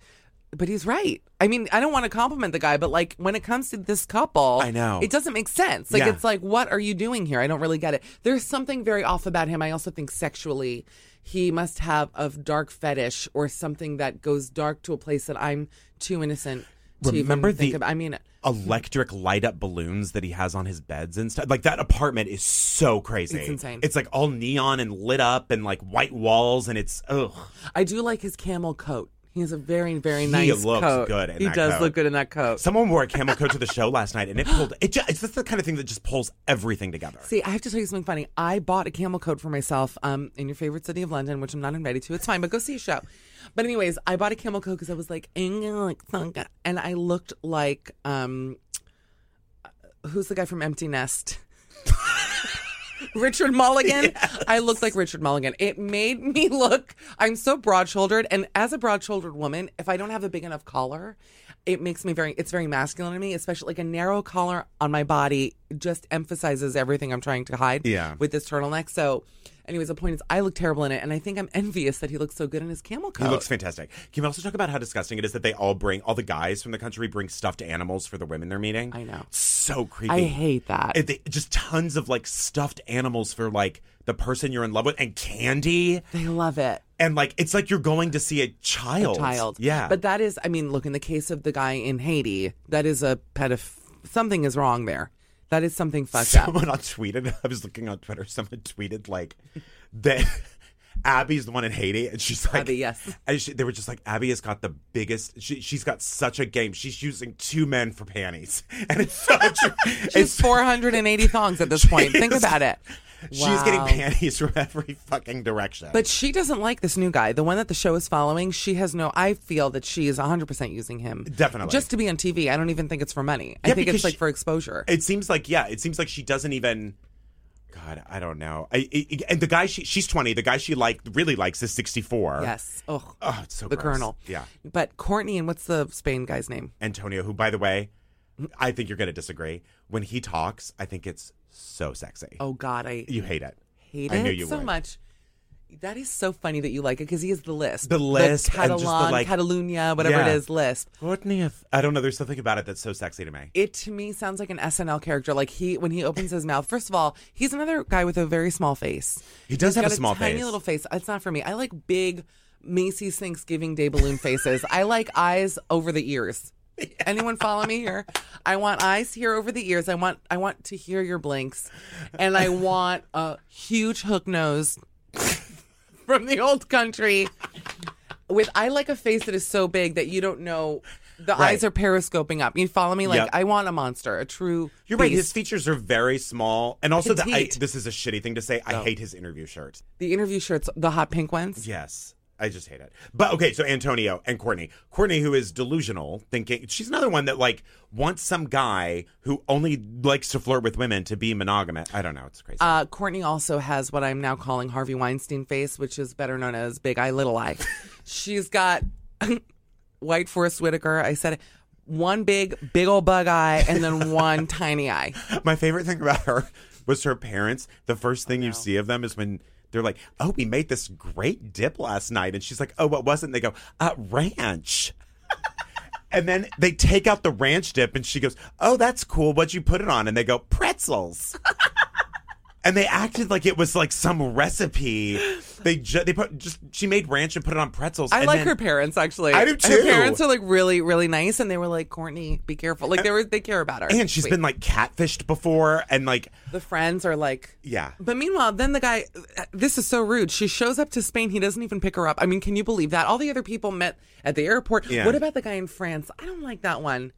but he's right. I mean, I don't want to compliment the guy, but like when it comes to this couple,
I know.
it doesn't make sense. Like
Yeah.
it's like, what are you doing here? I don't really get it. There's something very off about him. I also think sexually. He must have a dark fetish or something that goes dark to a place that I'm too innocent to
Remember
even think
the-
of. I mean,
electric light up balloons that he has on his beds and stuff. Like that apartment is so crazy.
It's insane.
It's like all neon and lit up and like white walls and it's ugh.
I do like his camel coat. He has a very, very
He
nice
looks
coat.
good in
he
that
does
coat.
look good in that coat.
Someone wore a camel coat to the show last night and it pulled it just, it's just the kind of thing that just pulls everything together.
See, I have to tell you something funny. I bought a camel coat for myself um, in your favorite city of London, which I'm not invited to. It's fine, but go see a show. But anyways, I bought a camel coat because I was like, "Ing-a-like-thunk-a," and I looked like um, who's the guy from Empty Nest? Richard Mulligan. I looked like Richard Mulligan. It made me look. I'm so broad shouldered, and as a broad shouldered woman, if I don't have a big enough collar, it makes me very. It's very masculine to me, especially like a narrow collar on my body just emphasizes everything I'm trying to hide.
Yeah.
with this turtleneck. So, anyways, the point is, I look terrible in it, and I think I'm envious that he looks so good in his camel coat.
He looks fantastic. Can we also talk about how disgusting it is that they all bring all the guys from the country bring stuffed animals for the women they're meeting?
I know.
So creepy.
I hate that.
It- they- just tons of like stuffed animals for like the person you're in love with and candy
they love it.
and like it's like you're going to see a child.
a child.
Yeah.
But that is, I mean, look, in the case of the guy in Haiti, that is a pedoph. Something is wrong there. That is something fucked up.
someone on tweeted. I was looking on Twitter. Someone tweeted like that. Abby's the one in Haiti, and she's like,
Abby, yes.
And she, they were just like, Abby has got the biggest. She, she's got such a game. She's using two men for panties, and it's so true.
She's 480 thongs at this point. Think
She's-
about it.
She's getting
Wow.
panties from every fucking direction.
But she doesn't like this new guy, the one that the show is following. She has no. I feel that she is 100% using him.
Definitely.
Just to be on TV. I don't even think it's for money. I
Yeah,
think
because
it's like
she-
for exposure.
It seems like yeah, it seems like she doesn't even. God, I don't know. I, I- and the guy she she's twenty. The guy she like really likes is sixty four.
yes. Oh,
Oh, it's so
the
gross.
colonel.
Yeah.
But Courtney and what's the Spain guy's name?
Antonio, who by the way, I think you're gonna disagree. When he talks, I think it's so sexy.
Oh, God. I
you hate it.
hate
I
it
knew you
so
would.
much. That is so funny that you like it because he is the lisp.
The lisp and just the,
Catalan,
like-
Catalunya, whatever
Yeah.
it is, lisp.
Courtney, if- I don't know. There's something about it that's so sexy to me.
It to me sounds like an SNL character. Like he, when he opens his mouth, first of all, he's another guy with a very small face.
He does
He's
have a
got
small
tiny
face.
little face. It's not for me. I like big Macy's Thanksgiving Day balloon faces. I like eyes over the ears. Anyone follow me here? I want eyes here over the ears. I want I want to hear your blinks, and I want a huge hook nose from the old country. With I like a face that is so big that you don't know. The
Right.
eyes are periscoping up. You follow me? Like
Yep.
I want a monster, a true.
You're right. His
beast.
features are very small, and also the, I,
Petite.
this is a shitty thing to say. I hate his interview shirt.
the interview shirts, the hot pink ones.
Yes. I just hate it. But okay, so Antonio and Courtney. Courtney, who is delusional, thinking she's another one that like wants some guy who only likes to flirt with women to be monogamous. I don't know. It's crazy.
Uh, Courtney also has what I'm now calling Harvey Weinstein face, which is better known as Big Eye Little Eye. She's got White Forest Whitaker. I said it. one big, big old bug eye, and then one tiny eye.
My favorite thing about her was her parents. The first thing you see of them is when they're like, "Oh, we made this great dip last night," and she's like, "Oh, what was it?" And they go, uh, "Ranch." and then they take out the ranch dip, and she goes, "Oh, that's cool. What'd you put it on?" And they go, "Pretzels." and they acted like it was like some recipe They ju- they put just she made ranch and put it on pretzels.
I
and
like
then-
her parents actually.
I do
Her
too.
parents are like really, really nice, and they were like, "Courtney, be careful." Like they were, they care about her.
And she's
Sweet.
been like catfished before, and like
the friends are like,
yeah,
But meanwhile, then the guy, this is so rude. She shows up to Spain. He doesn't even pick her up. I mean, can you believe that? All the other people met at the airport.
Yeah.
What about the guy in France? I don't like that one.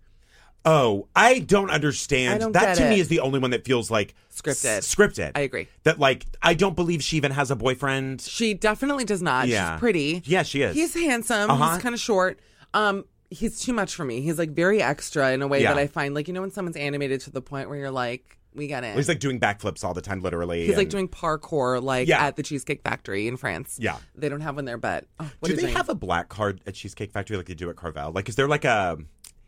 Oh, I don't understand.
I don't get
that to me
it.
is the only one that feels like
Scripted.
s- scripted.
I agree.
That like I don't believe she even has a boyfriend.
She definitely does not.
Yeah.
She's pretty.
Yeah, she is.
He's handsome.
Uh-huh.
He's kind of short. Um, he's too much for me. He's like very extra in a way
Yeah.
that I find like you know when someone's animated to the point where you're like, we got it.
He's like doing backflips all the time, literally.
He's like
and-
doing parkour, like
Yeah.
at the Cheesecake Factory in France.
Yeah.
they don't have one there, but oh, what a
Do they
dream.
have a black card at Cheesecake Factory like they do at Carvel? Like, is there like a?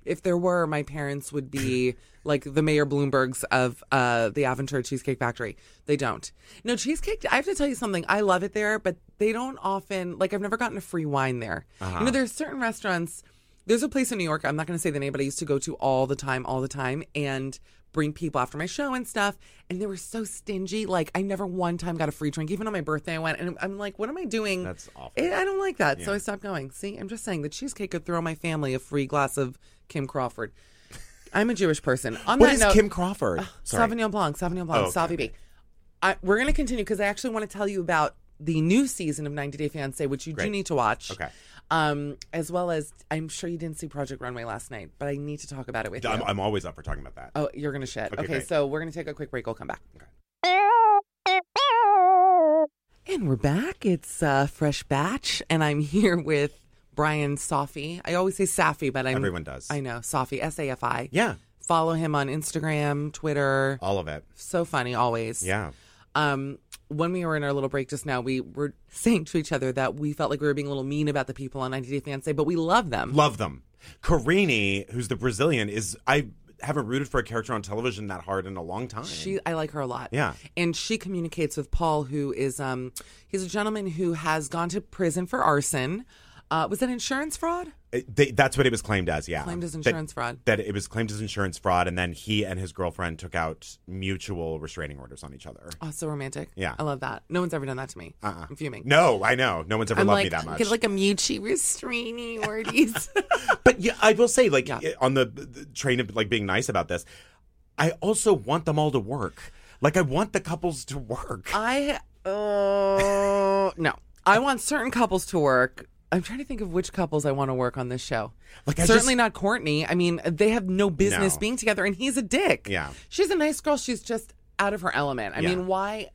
if there were, my parents would be like the Mayor Bloomberg's of uh, the Aventura Cheesecake Factory. They don't. No, Cheesecake, I have to tell you something. I love it there, but they don't often, like, I've never gotten a free wine there.
Uh-huh.
You know, there's certain restaurants. There's a place in New York, I'm not going to say the name, but I used to go to all the time, all the time, and bring people after my show and stuff. And they were so stingy. Like, I never one time got a free drink. Even on my birthday, I went, and I'm like, what am I doing?
That's awful.
It- Eh, I don't like that, so I stopped going. See, I'm just saying the cheesecake could throw my family a free glass of Kim Crawford. I'm a Jewish person. On
What
that
is
note, uh,
Kim Crawford? Sorry.
Sauvignon Blanc, Sauvignon Blanc,
Oh, okay,
Savvy B. I, we're going to continue because I actually want to tell you about the new season of 90 Day Fiancé, which you do
Great.
need to watch.
Okay.
Um, as well as I'm sure you didn't see Project Runway last night, but I need to talk about it with
I'm,
you.
I'm always up for talking about that.
oh, you're going to shit.
Okay,
Okay,
great.
so we're going to take a quick break. We'll come back. And we're back. It's uh, Fresh Batch, and I'm here with Brian Safi. I always say Safi, but I'm
Everyone does.
I know Safi, S A F I.
Yeah,
Follow him on Instagram, Twitter.
all of it.
So funny, always.
Yeah.
Um, when we were in our little break just now, we were saying to each other that we felt like we were being a little mean about the people on 90 Day Fiance, but we love them.
Love them. Carini, who's the Brazilian, is I haven't rooted for a character on television that hard in a long time.
She, I like her a lot.
Yeah.
and she communicates with Paul, who is um, he's a gentleman who has gone to prison for arson. Uh, was that insurance fraud?
It- they, that's what it was claimed as. Yeah,
Claimed as
That-
insurance fraud.
That it was claimed as insurance fraud, and then he and his girlfriend took out mutual restraining orders on each other.
Oh, so romantic.
Yeah.
I love that. No one's ever done that to me. Uh-uh. I'm fuming.
No, I know. No one's ever
I'm
loved
like,
me that much.
Get like a Mucci restraining wordies.
but yeah, I will say, like on the, the train of like being nice about this, I also want them all to work. Like I want the couples to work.
I, oh, no. I want certain couples to work. I'm trying to think of which couples I want to work on this show.
Like, I
Certainly
just-
not Courtney. I mean, they have no business
No.
being together, and he's a dick.
Yeah.
She's a nice girl. She's just out of her element. I
Yeah.
mean, why?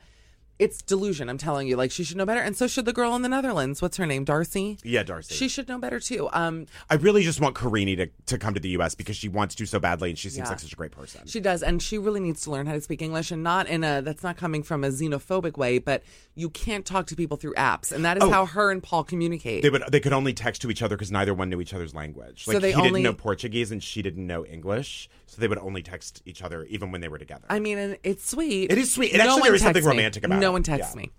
It's delusion, I'm telling you. Like, she should know better. And so should the girl in the Netherlands. What's her name? Darcy?
yeah, Darcy.
She should know better, too. Um,
I really just want Karini to, to come to the U.S. because she wants to so badly, and she seems
Yeah.
like such a great person.
She does, and she really needs to learn how to speak English, and not in a that's not coming from a xenophobic way, but you can't talk to people through apps, and that is
Oh.
how her and Paul communicate.
they would they could only text to each other because neither one knew each other's language.
So
Like
they
he didn't
only-
know Portuguese and she didn't know English, so they would only text each other even when they were together.
I mean, and it's sweet.
It is sweet. And actually
one
there is something
texts me.
romantic about
no
it.
one texts
Yeah.
me.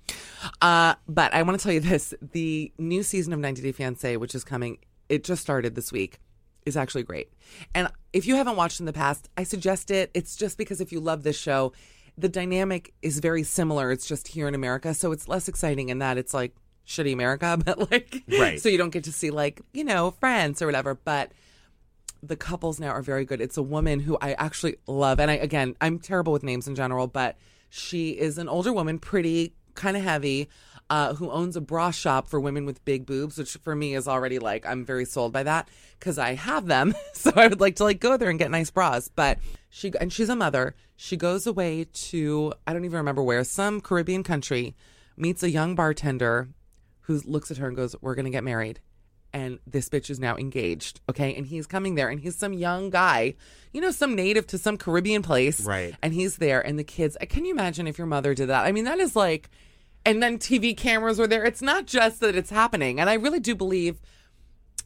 Uh, but I want to tell you this: the new season of 90 Day Fiance, which is coming, it just started this week, is actually great. And if you haven't watched in the past, I suggest it. It's just because if you love this show, the dynamic is very similar. It's just here in America, so it's less exciting in that it's like shitty America, but like
Right.
so you don't get to see like you know friends or whatever, but the couples now are very good. It's a woman who I actually love. And I again, I'm terrible with names in general, but she is an older woman, pretty, kind of heavy, uh, who owns a bra shop for women with big boobs, which for me is already like I'm very sold by that because I have them. So I would like to like go there and get nice bras. But she and she's a mother. She goes away to I don't even remember where, some Caribbean country, meets a young bartender who looks at her and goes, We're gonna get married and this bitch is now engaged. Okay. And he's coming there and he's some young guy, you know, some native to some Caribbean place.
Right.
And he's there and the kids, uh, can you imagine if your mother did that? I mean, that is like, and then TV cameras were there. It's not just that it's happening. And I really do believe,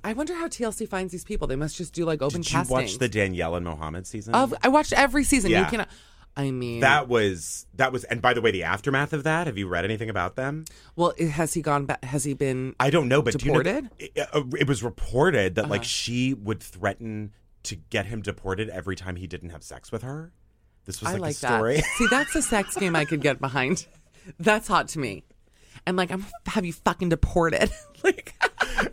I wonder how TLC finds these people. They must just do like open
Did you
casting.
watch the Danielle and Mohammed season?
of, I watched every season.
Yeah.
You can, I mean,
that was that was and by the way, the aftermath of that, have you read anything about them?
well, has he gone back? Has he been,
I don't know, but
Deported? Uh-huh.
Do you know, it, uh, it was reported that like she would threaten to get him deported every time he didn't have sex with her. This was
I
like,
like
the story.
that. See, that's a sex game I could get behind. That's hot to me. and like, I'm gonna have you fucking deported. like,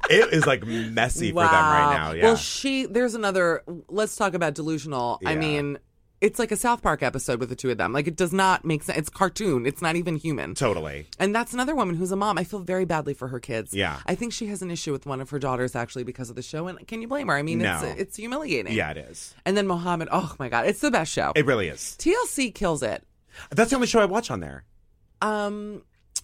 It is like messy for them right now. Yeah.
Well, she, there's another, let's talk about delusional. I
Yeah.
mean, it's like a South Park episode with the two of them. Like, it does not make sense. It's cartoon, it's not even human.
totally.
And that's another woman who's a mom. I feel very badly for her kids.
Yeah.
I think she has an issue with one of her daughters actually because of the show. And can you blame her? I mean,
No.
it's, it's humiliating.
Yeah, it is.
And then Mohammed, oh my God, it's the best show.
It really is.
TLC kills it.
That's the only show I watch on there.
Um,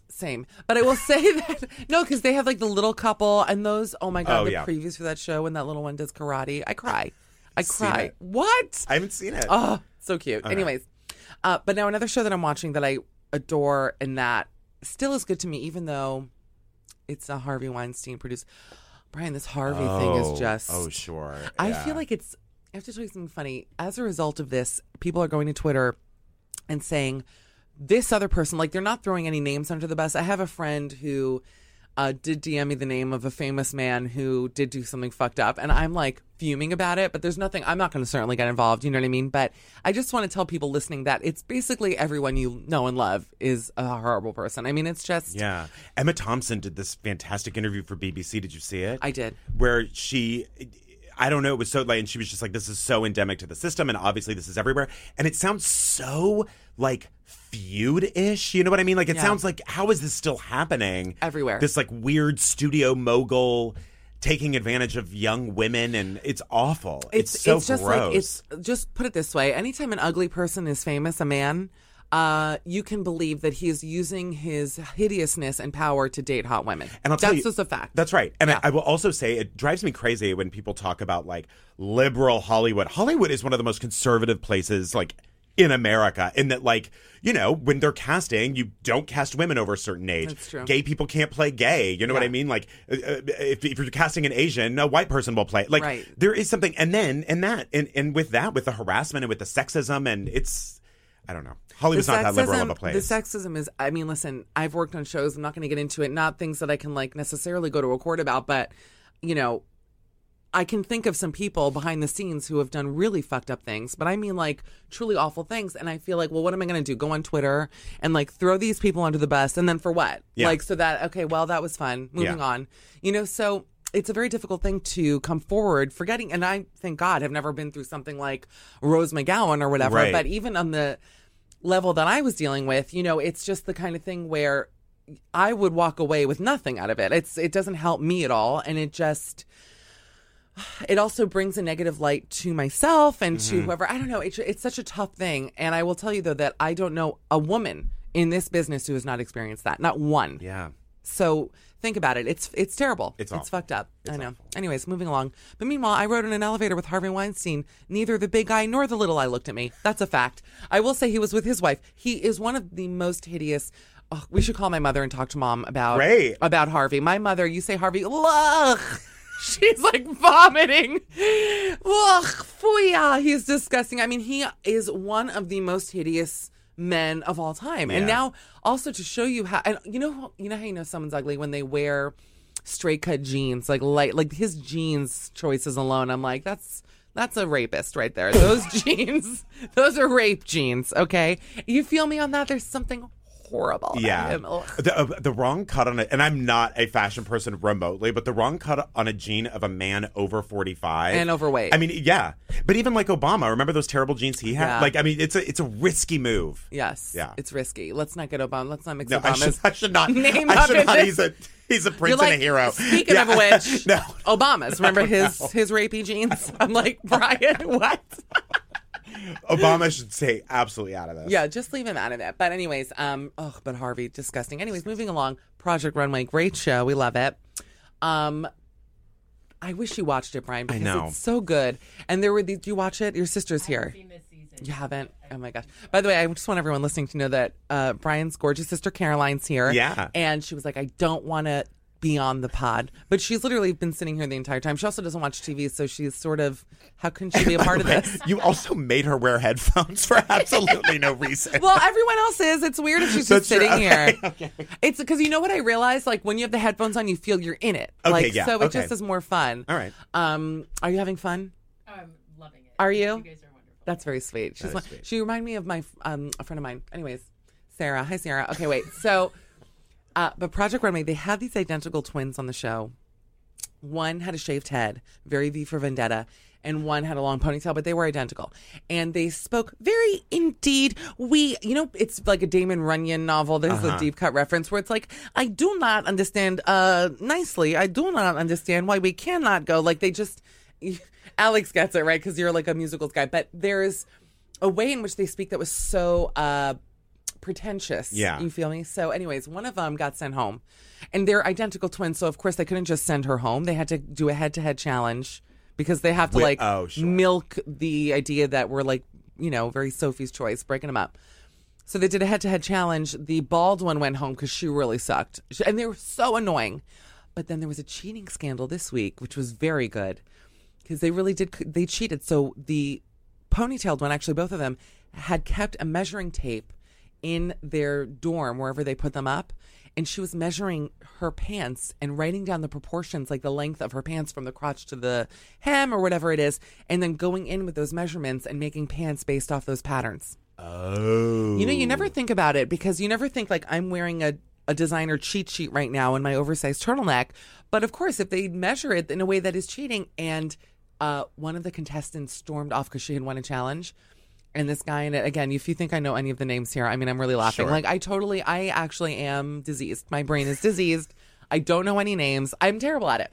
same. But I will say that no, because they have like the little couple and those. Oh my god,
Oh,
the
yeah.
previews for that show when that little one does karate, I cry. I
Seen
cry.
it.
What?
I haven't seen it.
Oh, so cute.
Okay.
Anyways, uh, but now another show that I'm watching that I adore and that still is good to me, even though it's a Harvey Weinstein produced. Brian, this Harvey thing is just.
Oh, sure.
I
Yeah.
feel like it's. I have to tell you something funny. As a result of this, people are going to Twitter and saying this other person. Like they're not throwing any names under the bus. I have a friend who uh, did DM me the name of a famous man who did do something fucked up, and I'm like fuming about it. But there's nothing. I'm not going to certainly get involved. You know what I mean? But I just want to tell people listening that it's basically everyone you know and love is a horrible person. I mean, it's just.
Yeah. Emma Thompson did this fantastic interview for BBC. Did you see it?
I did.
Where she. I don't know. It was so like, and she was just like, "This is so endemic to the system, and obviously this is everywhere." And it sounds so like feud-ish. You know what I mean? Like, it
Yeah.
sounds like, how is this still happening
Everywhere.
This like weird studio mogul taking advantage of young women, and it's awful. It's, so
just
gross.
like it's just put it this way anytime an ugly person is famous a man uh, you can believe that he is using his hideousness and power to date hot women
And I'll
that's
tell you,
just a fact
That's right. And I, I will also say it drives me crazy when people talk about like liberal Hollywood. Hollywood is one of the most conservative places like in America in that like, you know, when they're casting, you don't cast women over a certain age.
That's true.
Gay people can't play gay. You know what I mean? Like uh, uh, if, if you're casting an Asian, a white person will play. Like
Right.
there is something and then and that and, and with that with the harassment and with the sexism and it's I don't know. Hollywood's not that liberal of a place.
The sexism is, I mean, listen, I've worked on shows. I'm not going to get into it. Not things that I can like necessarily go to a court about, but you know, I can think of some people behind the scenes who have done really fucked up things, but I mean like truly awful things. And I feel like, well, what am I going to do? Go on Twitter and like throw these people under the bus, and then for what?
Yeah.
Like so that okay, well, that was fun. Moving
Yeah.
on, you know. So it's a very difficult thing to come forward, forgetting. And I thank God have never been through something like Rose McGowan or whatever.
Right.
But even on the level that I was dealing with, you know, it's just the kind of thing where I would walk away with nothing out of it. It's it doesn't help me at all, and it just it also brings a negative light to myself and to whoever. I don't know. It's it's such a tough thing, and I will tell you though that I don't know a woman in this business who has not experienced that, not one.
yeah.
So think about it. It's it's terrible.
It's
it's
awful.
fucked up. I know. Anyways, moving along. But meanwhile, I rode in an elevator with Harvey Weinstein. Neither the big guy nor the little guy looked at me. That's a fact. I will say he was with his wife. He is one of the most hideous. Oh, we should call my mother and talk to mom about
Great.
about Harvey. My mother, you say Harvey, ugh. She's like vomiting. Ugh, fooya. He's disgusting. I mean, he is one of the most hideous men of all time. And
Yeah.
now also to show you how and you know you know how you know someone's ugly when they wear straight cut jeans, like light like his jeans choices alone. I'm like, that's that's a rapist right there. Those jeans, those are rape jeans, okay? You feel me on that? There's something horrible. about
Yeah.
him. Ugh.
The, uh, the wrong cut on a, and I'm not a fashion person remotely, but the wrong cut on a jean of a man over 45
And overweight.
I mean, yeah. But even like Obama, remember those terrible jeans he had?
Yeah.
Like, I mean, it's a it's a risky move.
Yes.
Yeah.
It's risky. Let's not get Obama. Let's not mix
No, I
Obama's
should, I should not.
name
I
up
should
in
not.
this.
He's a he's a prince
You're like,
and a hero.
Speaking
Yeah.
of which,
no.
Obama's. Remember his his rapey jeans? I'm like, Brian, what?
Obama should stay absolutely out of this.
yeah, just leave him out of it. But anyways, um, oh, but Harvey, disgusting. Anyways, moving along. Project Runway, great show. We love it. Um, I wish you watched it, Brian, because
know.
it's so good. And there were these. Do you watch it? Your sister's here. You haven't? Oh my gosh. By the way, I just want everyone listening to know that uh, Brian's gorgeous sister Caroline's here.
Yeah.
And she was like, I don't want to be on the pod. But she's literally been sitting here the entire time. She also doesn't watch TV, so she's sort of, how can she be a part of
Okay.
this?
You also made her wear headphones for absolutely no reason.
Well, everyone else is. It's weird if she's just
That's true.
sitting here. It's because you know what I realized? Like when you have the headphones on, you feel you're in it.
Okay,
like
yeah,
so it
okay.
just is more fun.
All right.
Um, are you having fun? I'm loving it. Are you? You guys are wonderful. That's very sweet. She's one- She reminded me of my um a friend of mine. Anyways, Sarah. Hi Sarah. Okay, wait. So Uh, but Project Runway, they had these identical twins on the show. One had a shaved head, very V for Vendetta, and one had a long ponytail, but they were identical. And they spoke very indeed. We, you know, it's like a Damon Runyon novel. This is a deep cut reference where it's like, I do not understand uh, nicely. I do not understand why we cannot go. Like they just, Alex gets it, right? Because you're like a musicals guy. But there's a way in which they speak that was so uh, pretentious.
Yeah.
You feel me? So, anyways, one of them got sent home, and they're identical twins. So, of course, they couldn't just send her home. They had to do a head to head challenge because they have to
Wi-
like
oh, sure.
milk the idea that we're like, you know, very Sophie's choice, breaking them up. So they did a head to head challenge. The bald one went home because she really sucked. She- And they were so annoying. But then there was a cheating scandal this week, which was very good because they really did, they cheated. So the ponytailed one, actually, both of them had kept a measuring tape in their dorm, wherever they put them up. And she was measuring her pants and writing down the proportions, like the length of her pants from the crotch to the hem or whatever it is, and then going in with those measurements and making pants based off those patterns.
Oh.
You know, you never think about it because you never think like I'm wearing a, a designer cheat sheet right now in my oversized turtleneck. But of course, if they measure it in a way that is cheating, and uh, one of the contestants stormed off because she had won a challenge. And this guy in it again. If you think I know any of the names here, I mean, I'm really laughing.
Sure.
Like I totally, I actually am diseased. My brain is diseased. I don't know any names. I'm terrible at it.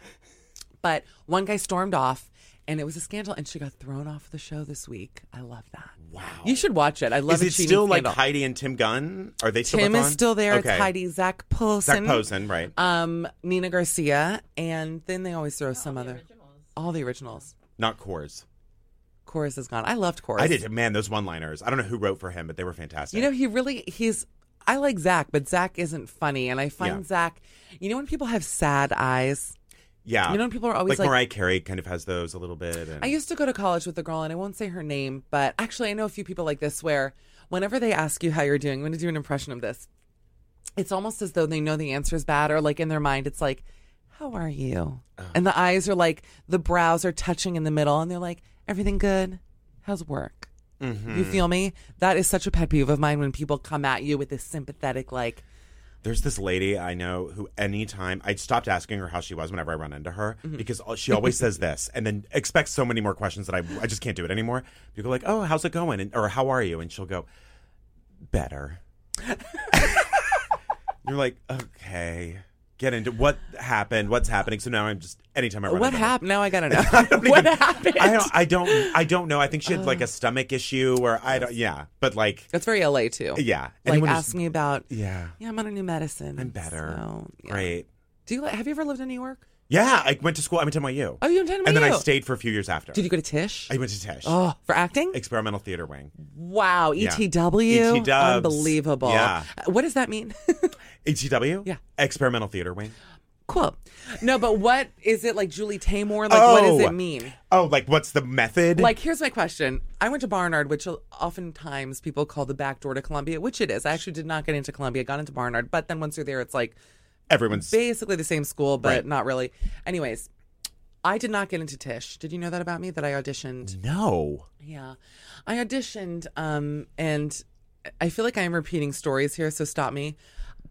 But one guy stormed off, and it was a scandal. And she got thrown off the show this week. I love that. Wow. You should watch it. I love
Is
a
it
cheating
still like
scandal.
Heidi and Tim Gunn? Are they still
Tim
both
is
on?
still there.
Okay.
It's Heidi, Zach
Zach
Polson,
Posen, right?
um, Nina Garcia, and then they always throw some other. All the originals.
Not Coors.
Chorus is gone. I loved Chorus.
I did. Man, those one-liners. I don't know who wrote for him, but they were fantastic.
You know, he really he's. I like Zach, but Zach isn't funny, and I find
Yeah.
Zach. You know when people have sad eyes.
yeah.
you know, people are always
like
like-
Mariah Carey kind of has those a little bit. And
I used to go to college with a girl, and I won't say her name, but actually, I know a few people like this where whenever they ask you how you're doing, I'm going to do an impression of this. It's almost as though they know the answer is bad, or like in their mind, it's like, How are you?
Oh.
And the eyes are like, the brows are touching in the middle, and they're like, Everything good? How's work?
Mm-hmm.
You feel me? That is such a pet peeve of mine when people come at you with this sympathetic, like,
There's this lady I know who anytime I stopped asking her how she was whenever I run into her
Mm-hmm.
because all- she always says this and then expects so many more questions that I I just can't do it anymore. You go like, "Oh, how's it going?" and or "How are you?" and she'll go, "Better." You're like, "Okay, get into what happened. What's happening?" So now I'm just anytime I run
What
into her-
happened? Now I got to know.
I don't
what
even-
happened?
I don't, I don't. I don't know. I think she had like a stomach issue, or I don't. Yeah, but like,
That's very LA, too.
yeah.
Like,
Anyone
ask
who's-
me about
Yeah,
Yeah, I'm on a new medicine.
I'm better.
So, yeah.
Great.
Do you like, have you ever lived in New York?
Yeah, I went to school. I went to NYU.
Oh, you went to
And then I
NYU.
stayed for a few years after.
Did you go to Tish?
I went to Tish.
oh, for acting?
Experimental theater wing.
wow,
yeah.
ETW,
ETWs.
unbelievable.
Yeah.
Uh, What does that mean?
HCW?
Yeah.
E Experimental theater wing.
cool. No, but what is it like Julie Taymor? Like, what does
Oh.
it mean?
Oh, like what's the method?
Like, here's my question. I went to Barnard, which oftentimes people call the back door to Columbia, which it is. I actually did not get into Columbia, got into Barnard, but then once you're there, it's like
everyone's
basically the same school, but
Right.
not really. Anyways, I did not get into Tish. Did you know that about me? That I auditioned
No.
Yeah. I auditioned um and I feel like I am repeating stories here so stop me.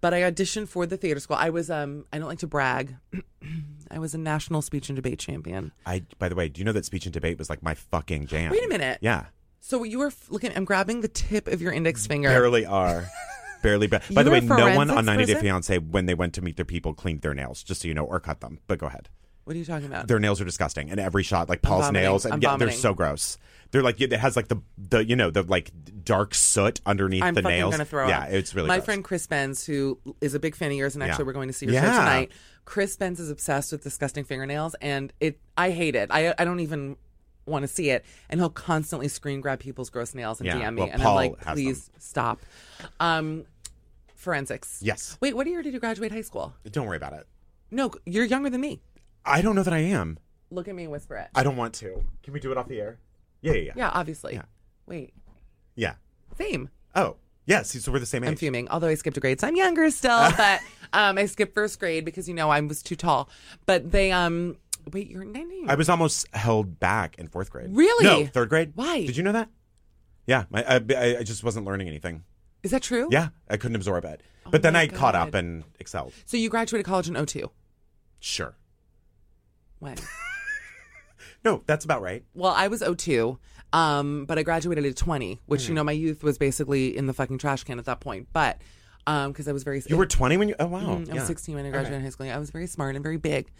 But I auditioned for the theater school. I was um I don't like to brag. I was a national speech and debate champion.
I by the way, do you know that speech and debate was like my fucking jam?
Wait a minute.
Yeah.
So you were f- looking I'm grabbing the tip of your index finger.
Barely are. Barely ba-
You
By the
were
way,
a
no one
forensics
on 90 Day
person?
Fiance when they went to meet their people cleaned their nails, just so you know, or cut them. But go ahead.
What are you talking about?
Their nails are disgusting, and every shot, like Paul's
vomiting.
nails, and
I'm
yeah,
vomiting.
they're so gross. They're like it has like the the you know the like dark soot underneath
I'm
the
fucking
nails.
gonna throw
yeah,
up.
it's really
My
gross.
friend Chris Benz, who is a big fan of yours, and actually
Yeah.
we're going to see your show
Yeah.
tonight. Chris Benz is obsessed with disgusting fingernails, and it. I hate it. I I don't even want to see it. And he'll constantly screen grab people's gross nails and
Yeah,
DM me,
well,
and
Paul
I'm like,
has them.
please stop. Um, forensics.
Yes.
Wait, what year did you graduate high school?
Don't worry about it.
No, you're younger than me.
I don't know that I am.
Look at me and whisper it.
I don't want to. Can we do it off the air? Yeah, yeah, yeah.
yeah, obviously.
Yeah.
Wait,
Yeah.
same.
Oh, yes. So we're the same age.
I'm fuming. Although I skipped a grade, so I'm younger still. but um, I skipped first grade because you know I was too tall. But they um, wait, you're 90.
I was almost held back in fourth grade.
Really?
No, third grade.
Why?
Did you know that? Yeah, my, I, I I just wasn't learning anything.
Is that true?
Yeah, I couldn't absorb it. But then
Oh my
I caught
God.
up and excelled.
So you graduated college in 02.
Sure.
When?
No, that's about right.
well, I was 02, um, but I graduated at 20, which,
Hmm.
you know, my youth was basically in the fucking trash can at that point. But because I was very.
You were 20 when you. Oh, wow.
Mm, I was
yeah.
16 when I graduated high school. I was very smart and very big.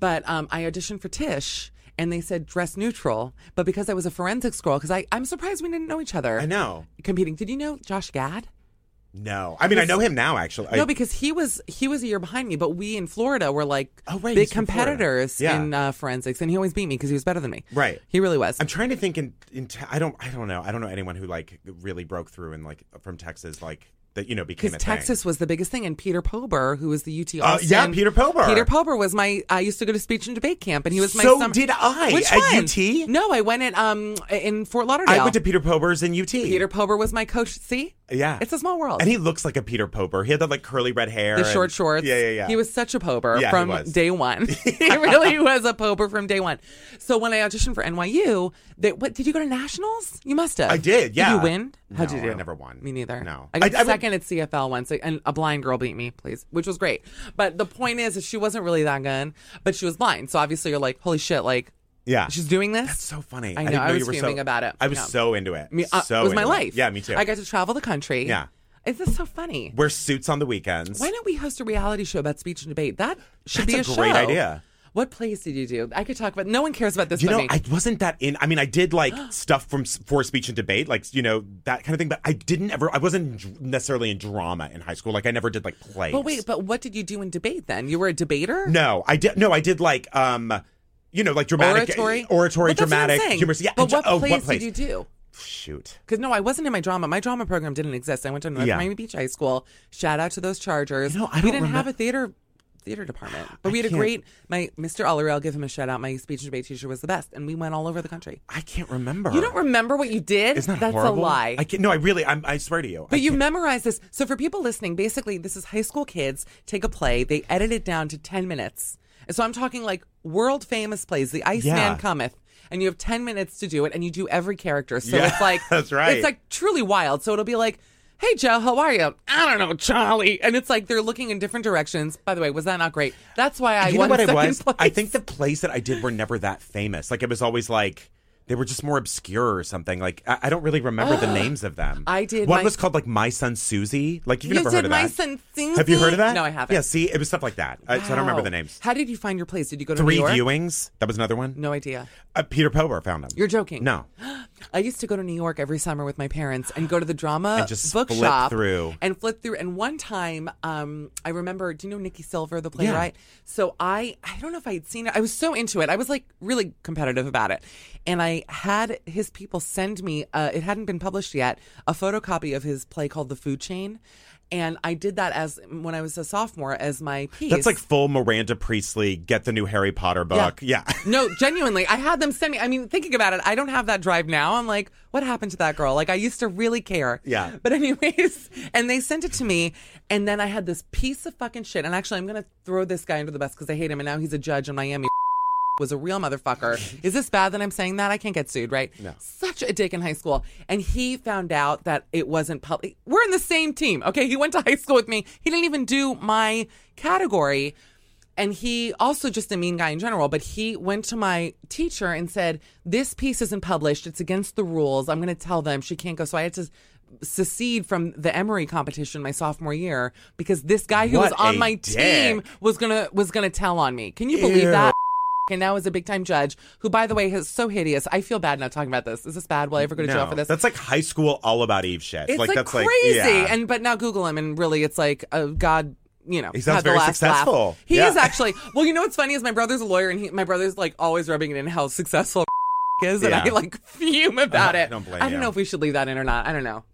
But um, I auditioned for Tish and they said dress neutral. But because I was a forensics girl, because I'm surprised we didn't know each other
I know.
competing. Did you know Josh Gad?
No. I mean, I know him now, actually. I-
no, because he was he was a year behind me, but we in Florida were like
Oh, right,
big
he's from Florida.
competitors
Yeah.
in uh, forensics, and he always beat me because he was better than me.
Right.
he really was.
I'm trying to think in, in te- I don't I don't know. I don't know anyone who like really broke through and like from Texas like that you know became
because
a
Texas was the biggest thing, and Peter Pober, who was the UT
Uh,
Austin,
yeah, Peter Pober.
Peter Pober was my. I used to go to speech and debate camp, and he was my.
So
summer-
did I,
Which
at
one?
UT?
No, I went at um in Fort
thing.
Lauderdale.
I went to Peter Pober's in UT.
Peter Pober was my coach. See,
Yeah.
it's a small world.
And he looks like a Peter Pober. He had that like curly red hair.
the
and-
short shorts.
Yeah, yeah, yeah.
He was such a poper
Yeah, he
from
was.
day one. he really was a poper from day one. So when I auditioned for NYU, they, what did you go to nationals? You must have.
I did, yeah.
Did you win? How'd
No,
you do?
I never won.
Me neither.
No.
I got
I- I
second
would-
at CFL once, and a blind girl beat me, please, which was great. But the point is, is she wasn't really that good, but she was blind. So obviously, you're like, holy shit, like
Yeah.
she's doing this.
That's so funny.
I know.
didn't
I was
you were so-
fuming about it.
I was
Yeah.
so into it.
Me- uh,
so
it was my
into
life.
Yeah, me too.
I got to travel the country.
Yeah.
Is this so funny?
Wear suits on the weekends.
Why don't we host a reality show about speech and debate? That should
That's
be
a
a,
great
show.
idea.
What plays did you do? I could talk about. No one cares about this.
you
but
know,
me.
I wasn't that in. I mean, I did like stuff from s- for speech and debate, like you know that kind of thing. But I didn't ever. I wasn't dr- necessarily in drama in high school. Like I never did like plays.
But wait, but what did you do in debate then? You were a debater.
no, I did. No, I did like um, you know, like dramatic uh,
oratory,
oratory,
But that's what I'm
dramatic,
saying.
humorous. Yeah,
But
and dra-
what,
oh,
plays
what plays?
did you do?
Shoot.
Because no, I wasn't in my drama. My drama program didn't exist. I went to North
Yeah.
Miami Beach High School. Shout out to those Chargers.
You know, I
we
don't
didn't have
remem-
a theater theater department, but
I
we had a
can't-
great. My Mr. Ollery, I'll give him a shout out. My speech and debate teacher was the best, and we went all over the country.
I can't remember.
You don't remember what you did?
Isn't that
That's
horrible?
a lie.
I can't, no, I really. I'm, I swear to you. I
But you
can't-
memorize this. So for people listening, basically, this is high school kids take a play, they edit it down to 10 minutes. And so I'm talking like world famous plays, The Iceman
Yeah.
Cometh. And you have 10 minutes to do it, and you do every character. So
Yeah,
it's like,
that's right.
It's like truly wild. So it'll be like, hey, Joe, how are you? I don't know, Charlie. And it's like they're looking in different directions. By the way, was that not great? That's why I
you know
won
what it
second
was?
place.
I think the plays that I did were never that famous. Like it was always like they were just more obscure or something. Like I, I don't really remember the names of them.
I did
One
my-
was called like My Son Susie. Like you've
You
never
did
heard of
My
that.
Son
Have you heard
Susie?
of that?
No, I haven't.
Yeah, see, it was stuff like that. I, so I don't remember
Wow.
the names.
How did you find your place? Did you go to
Three
New York?
viewings. That was another one.
No idea.
Uh, Peter Pober found them.
You're joking.
No.
I used to go to New York every summer with my parents and go to the drama
And just flip
bookshop
through.
and flip through. And one time, um, I remember, do you know Nikki Silver, the playwright? So I, I don't know if I had seen it. I was so into it. I was like really competitive about it, and I had his people send me. Uh, it hadn't been published yet. A photocopy of his play called The Food Chain. And I did that as when I was a sophomore as my piece.
That's like full Miranda Priestley. Get the new Harry Potter book. Yeah.
No, genuinely, I had them send me. I mean, thinking about it, I don't have that drive now. I'm like, what happened to that girl? Like, I used to really care.
Yeah.
But anyways, and they sent it to me, and then I had this piece of fucking shit. And actually, I'm gonna throw this guy under the bus because I hate him, and now he's a judge in Miami. Was a real motherfucker. Is this bad that I'm saying that? I can't get sued, right? No. Such a dick in high school. And he found out that it wasn't public. We're in the same team, okay? He went to high school with me. He didn't even do my category and he also just a mean guy in general but he went to my teacher and said this piece isn't published it's against the rules i'm going to tell them she can't go so i had to secede from the emory competition my sophomore year because this guy who was
What
on
a
my team
dick.
was going to was going to tell on me can you believe
Ew.
that and now is a big time judge who by the way is so hideous i feel bad now talking about this is this bad will i ever go to jail
No.
for this
That's like high school all about Eve shit.
it's like,
that's
crazy.
yeah.
And but now Google him, and really, it's like uh, God. You know,
He sounds
had the
very
last
successful.
Laugh. He
Yeah.
is actually. Well, you know what's funny is my brother's a lawyer, and he, my brother's like always rubbing it in how successful is, and
Yeah.
I like fume about
I
it.
don't blame
I don't
you.
know if we should leave that in or not. I don't know.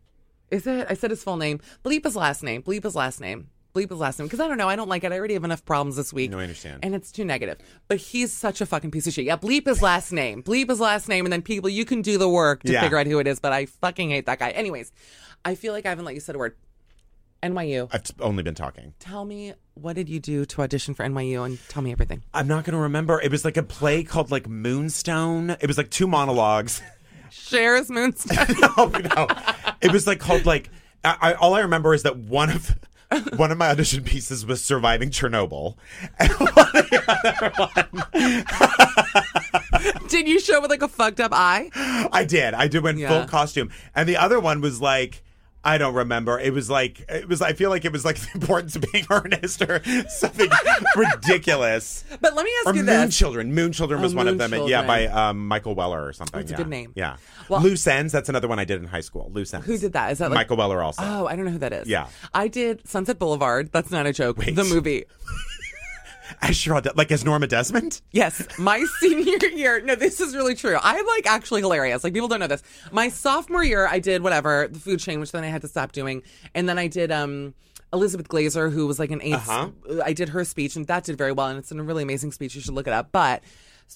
Is it? I said his full name. Bleep his last name. Bleep his last name. Bleep his last name. Because I don't know. I don't like it. I already have enough problems this week.
No, I understand.
And it's too negative. But he's such a fucking piece of shit. Yeah, bleep his last name. Bleep his last name. And then people, you can do the work to
Yeah.
figure out who it is. But I fucking hate that guy. Anyways, I feel like I haven't let you say a word. NYU.
I've t- only been talking.
Tell me, what did you do to audition for NYU? And tell me everything.
I'm not going to remember. It was like a play called like Moonstone. It was like two monologues.
Shares Moonstone.
no, no. It was like called like I, I, all I remember is that one of one of my audition pieces was surviving Chernobyl. And one of the other
Did you show with like a fucked up eye?
I did. I did win
Yeah.
full costume. And the other one was like I don't remember. It was like it was I feel like it was like the importance of being earnest or something ridiculous.
But let me ask
Or
you
Moon
this.
Children. Moon Children
Oh,
was one
Moon
of them. And, yeah, by
Children.
um, Michael Weller or something.
That's a
yeah.
good name.
Yeah.
Well-
Loose Ends, that's another one I did in high school. Loose Ends.
Who did that? Is that like
Michael Weller also.
Oh, I don't know who that is.
Yeah.
I did Sunset Boulevard. That's not a joke. The movie.
As Cheryl De- like as Norma Desmond?
Yes, my senior year. No, this is really true. I'm like actually hilarious. Like people don't know this. My sophomore year, I did whatever the food chain, which then I had to stop doing, and then I did um Elizabeth Glazer, who was like an AIDS. I did her speech, and that did very well, and it's a really amazing speech. You should look it up. But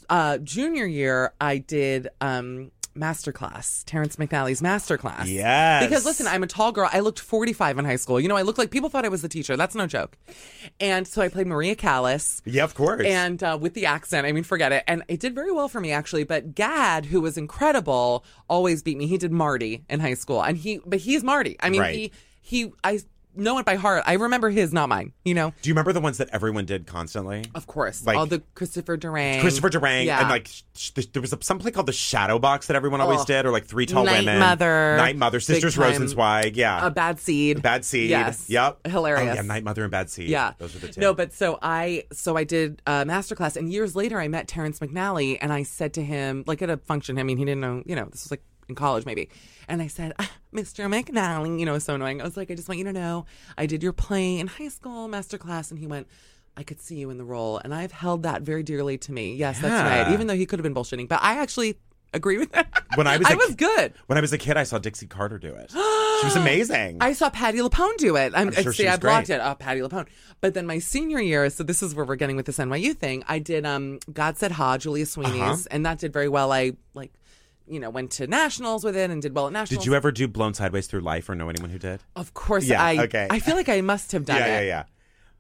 uh junior year, I did um masterclass, Terrence McNally's masterclass.
Yes.
because listen, I'm a tall girl. I looked 45 in high school. You know, I looked like people thought I was the teacher. That's no joke. And so I played Maria Callas.
Yeah, of course.
And uh, with the accent, I mean, forget it. And it did very well for me, actually. But Gad, who was incredible, always beat me. He did Marty in high school, and he, but he's Marty. I mean,
Right.
he, he, I know it by heart. I remember his, not mine. You know,
Do you remember the ones that everyone did constantly?
of course,
Like-
all the Christopher Durang,
Christopher Durang
yeah.
and like sh- sh- there was a, some play called the Shadow Box that everyone always
Ugh.
did, or like Three Tall
Night
Women,
Mother.
Night Mother,
Big
Sisters
time.
Rosenzweig, yeah,
a bad seed,
Bad Seed,
yes,
yep,
hilarious,
Oh, yeah, Night Mother and Bad Seed,
Yeah.
those were the two.
No, but so I so I did a masterclass and years later I met Terrence McNally and I said to him, like at a function, I mean he didn't know, you know, this was like in college maybe. And I said, ah, Mr. McNally, you know, it was so annoying. I was like, I just want you to know I did your play in high school masterclass and he went I could see you in the role, and I've held that very dearly to me. Yes, that's right. Even though he could have been bullshitting, but I actually agree with that.
When I was
I
a
was
kid-
good.
when I was a kid, I saw Dixie Carter do it. she was amazing.
I saw Patty Lapone do it. I'm,
sure
see,
she was
I blocked
great.
it. Oh, Patty Lapone. But then my senior year, so this is where we're getting with this NYU thing. I did um, God Said Ha, Julia Sweeney's,
Uh-huh.
and that did very well. I like, you know, went to nationals with it and did well at nationals.
did you ever do Blown Sideways Through Life or know anyone who did?
Of course,
Yeah,
I.
okay.
I feel like I must have done
yeah,
it.
yeah, yeah.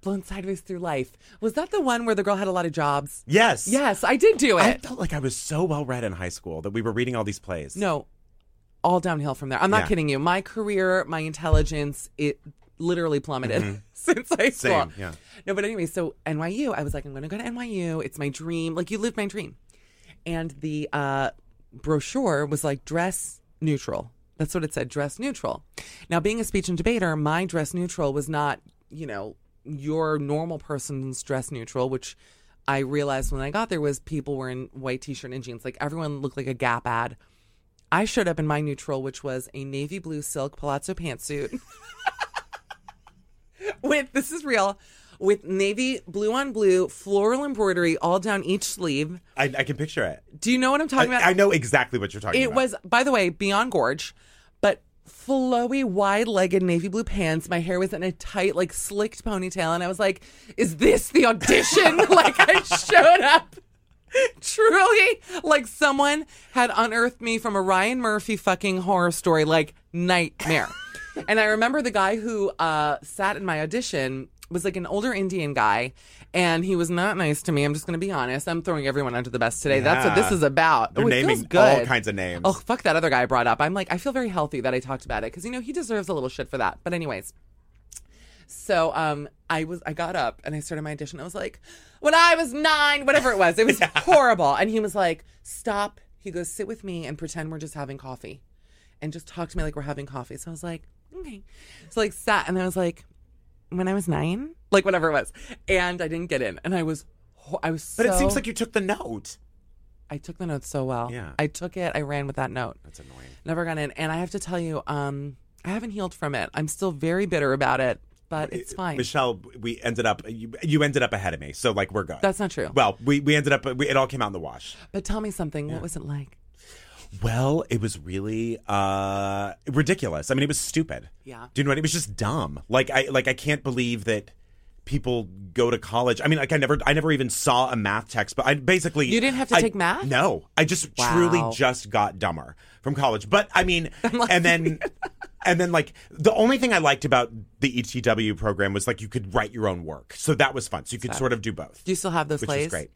Blown sideways through life. Was that the one where the girl had a lot of jobs?
Yes,
Yes, I did do it.
I felt like I was so well read in high school that we were reading all these plays.
No, all downhill from there. I'm not
Yeah.
kidding you. My career, my intelligence, it literally plummeted
Mm-hmm.
since high school.
Same, yeah.
No, but anyway, so NYU, I was like, I'm going to go to NYU. It's my dream. Like, you lived my dream. And the uh, brochure was like, dress neutral. That's what it said, dress neutral. Now, being a speech and debater, my dress neutral was not, you know, your normal person's dress neutral, which I realized when I got there was people were in white t shirt and jeans. Like, everyone looked like a Gap ad. I showed up in my neutral, which was a navy blue silk palazzo pantsuit. with this is real, with navy blue on blue floral embroidery all down each sleeve.
I, I can picture it.
Do you know what I'm
I,
talking about?
I know exactly what you're talking
It
about.
was, by the way, beyond gorge, but flowy, wide-legged navy blue pants. My hair was in a tight, like slicked ponytail, and I was like, "Is this the audition?" like I showed up. Truly, like someone had unearthed me from a Ryan Murphy fucking horror story, like nightmare. and I remember the guy who uh, sat in my audition was like an older Indian guy, and he was not nice to me. I'm just going to be honest. I'm throwing everyone under the bus today. That's what
Yeah.
this is about.
They're
Oh, it
naming
feels good.
all kinds of names.
Oh, fuck that other guy I brought up. I'm like, I feel very healthy that I talked about it because, you know, he deserves a little shit for that. But, anyways. So um, I was I got up and I started my audition. I was like, when I was nine, whatever it was, it was horrible. And he was like, stop. He goes, sit with me and pretend we're just having coffee, and just talk to me like we're having coffee. So I was like, okay. So like sat and I was like, when I was nine, like whatever it was, and I didn't get in, and I was, ho- I was.
but it
so-
seems like you took the note.
I took the note so well.
Yeah.
I took it. I ran with that note. That's annoying. Never got in. And I have to tell you, um, I haven't healed from it. I'm still very bitter about it, but it's fine.
Michelle, we ended up you, you ended up ahead of me, so like we're good.
That's not true.
Well, we, we ended up we, it all came out in the wash.
but tell me something. What was it like?
Well, it was really uh ridiculous. I mean, it was stupid.
Yeah.
Do you know what? It was just dumb. Like I like I can't believe that people go to college. I mean, like I never I never even saw a math text, but I basically
You didn't have to
I-
take math?
No, I just
Wow.
truly just got dumber from college. But I mean,
like-
and then. And then, like, the only thing I liked about the ETW program was like you could write your own work. So that was fun. So you could sort of do both.
Do you still have those
which
plays?
is great.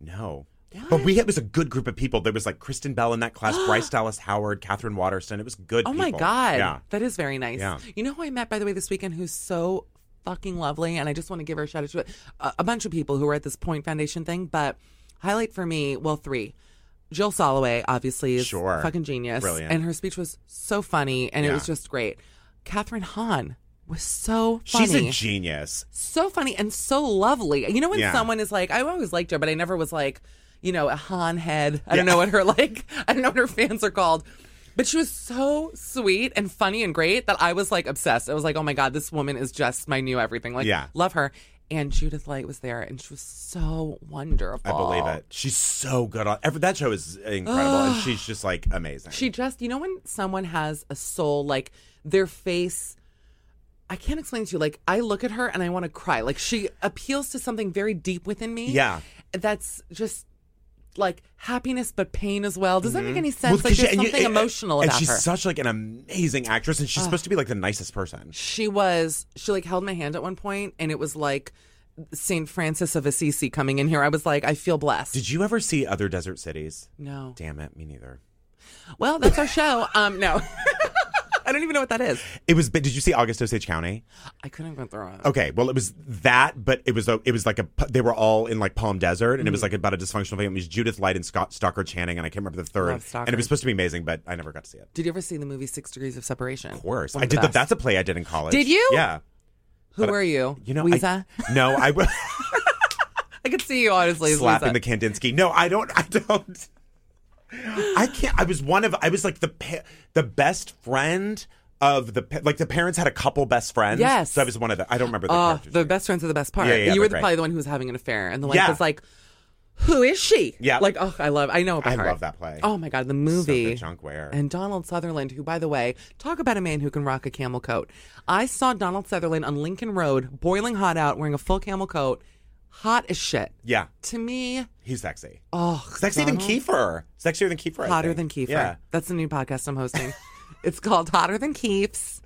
No. But we it was a good group of people. There was like Kristen Bell in that class, Bryce Dallas Howard, Catherine Waterston. It was good.
Oh my
people.
God.
Yeah.
That is very nice.
Yeah.
You know who I met, by the way, this weekend who's so fucking lovely? And I just want to give her a shout out to it. A, a bunch of people who were at this Point Foundation thing, but highlight for me, well, three. Jill Soloway, obviously, is
Sure.
fucking genius.
Brilliant.
And her speech was so funny and it
Yeah.
was just great. Catherine Hahn was so funny.
She's a genius.
so funny and so lovely. You know when
Yeah.
someone is like, I always liked her, but I never was like, you know, a Han head. I don't
Yeah.
know what her like. I don't know what her fans are called. But she was so sweet and funny and great that I was like obsessed. I was like, oh my god, this woman is just my new everything. Like,
Yeah.
love her. And Judith Light was there, and she was so wonderful.
I believe it. She's so good on every, that show is incredible, and she's just like amazing.
She just, you know, when someone has a soul, like their face, I can't explain to you. Like, I look at her and I want to cry. Like, she appeals to something very deep within me.
Yeah.
That's just like happiness, but pain as well. Does that make any sense?
Mm-hmm. Well, 'cause
like,
she-
there's
and you- eh,
something emotional
and
about
she's
her.
such like an amazing actress, and she's supposed to be like the nicest person.
she was, she like held my hand at one point and it was like St. Francis of Assisi coming in here. I was like, I feel blessed.
Did you ever see other desert cities?
No.
Damn it, me neither.
Well, that's our show. Um, no. I don't even know what that is.
It was. But did you see August Osage County?
I couldn't even throw it.
Okay, well, it was that, but it was a, it was like a. pu- They were all in like Palm Desert, and
Mm.
it was like about a dysfunctional family. It was Judith Light and Scott Stockard Channing, and I can't remember the
Love
third. And it was
Stockard.
supposed to be amazing, but I never got to see it.
Did you ever see the movie Six Degrees of Separation?
Of course,
One
I
of the
did. that.
best.
that's a play I did in college.
Did you?
Yeah.
Who
but-
are you?
You know, I-
Weeza.
no, I was.
I could see you honestly. as
slapping
Weeza.
the Kandinsky. No, I don't. I don't. I can't. I was one of. I was like the pa- the best friend of the pa- like the parents had a couple best friends.
Yes.
so I was one of the. I don't remember the.
Oh,
characters'
the
names.
best friends are the best part.
Yeah, yeah,
you were
they're great.
probably the one who was having an affair, and the wife
Yeah.
was like, "Who is she?"
Yeah.
like oh, I love. I know. About
I
her.
love that play.
Oh my god, the movie.
Junk Ware.
and Donald Sutherland, who, by the way, talk about a man who can rock a camel coat. I saw Donald Sutherland on Lincoln Road, boiling hot out, wearing a full camel coat, hot as shit.
Yeah,
To me,
he's sexy.
oh,
Sexier than
Donald-
Kiefer. Sexier than Kiefer. I
Hotter than
think.
Kiefer.
Yeah.
That's the new podcast I'm hosting. it's called Hotter Than Keeps.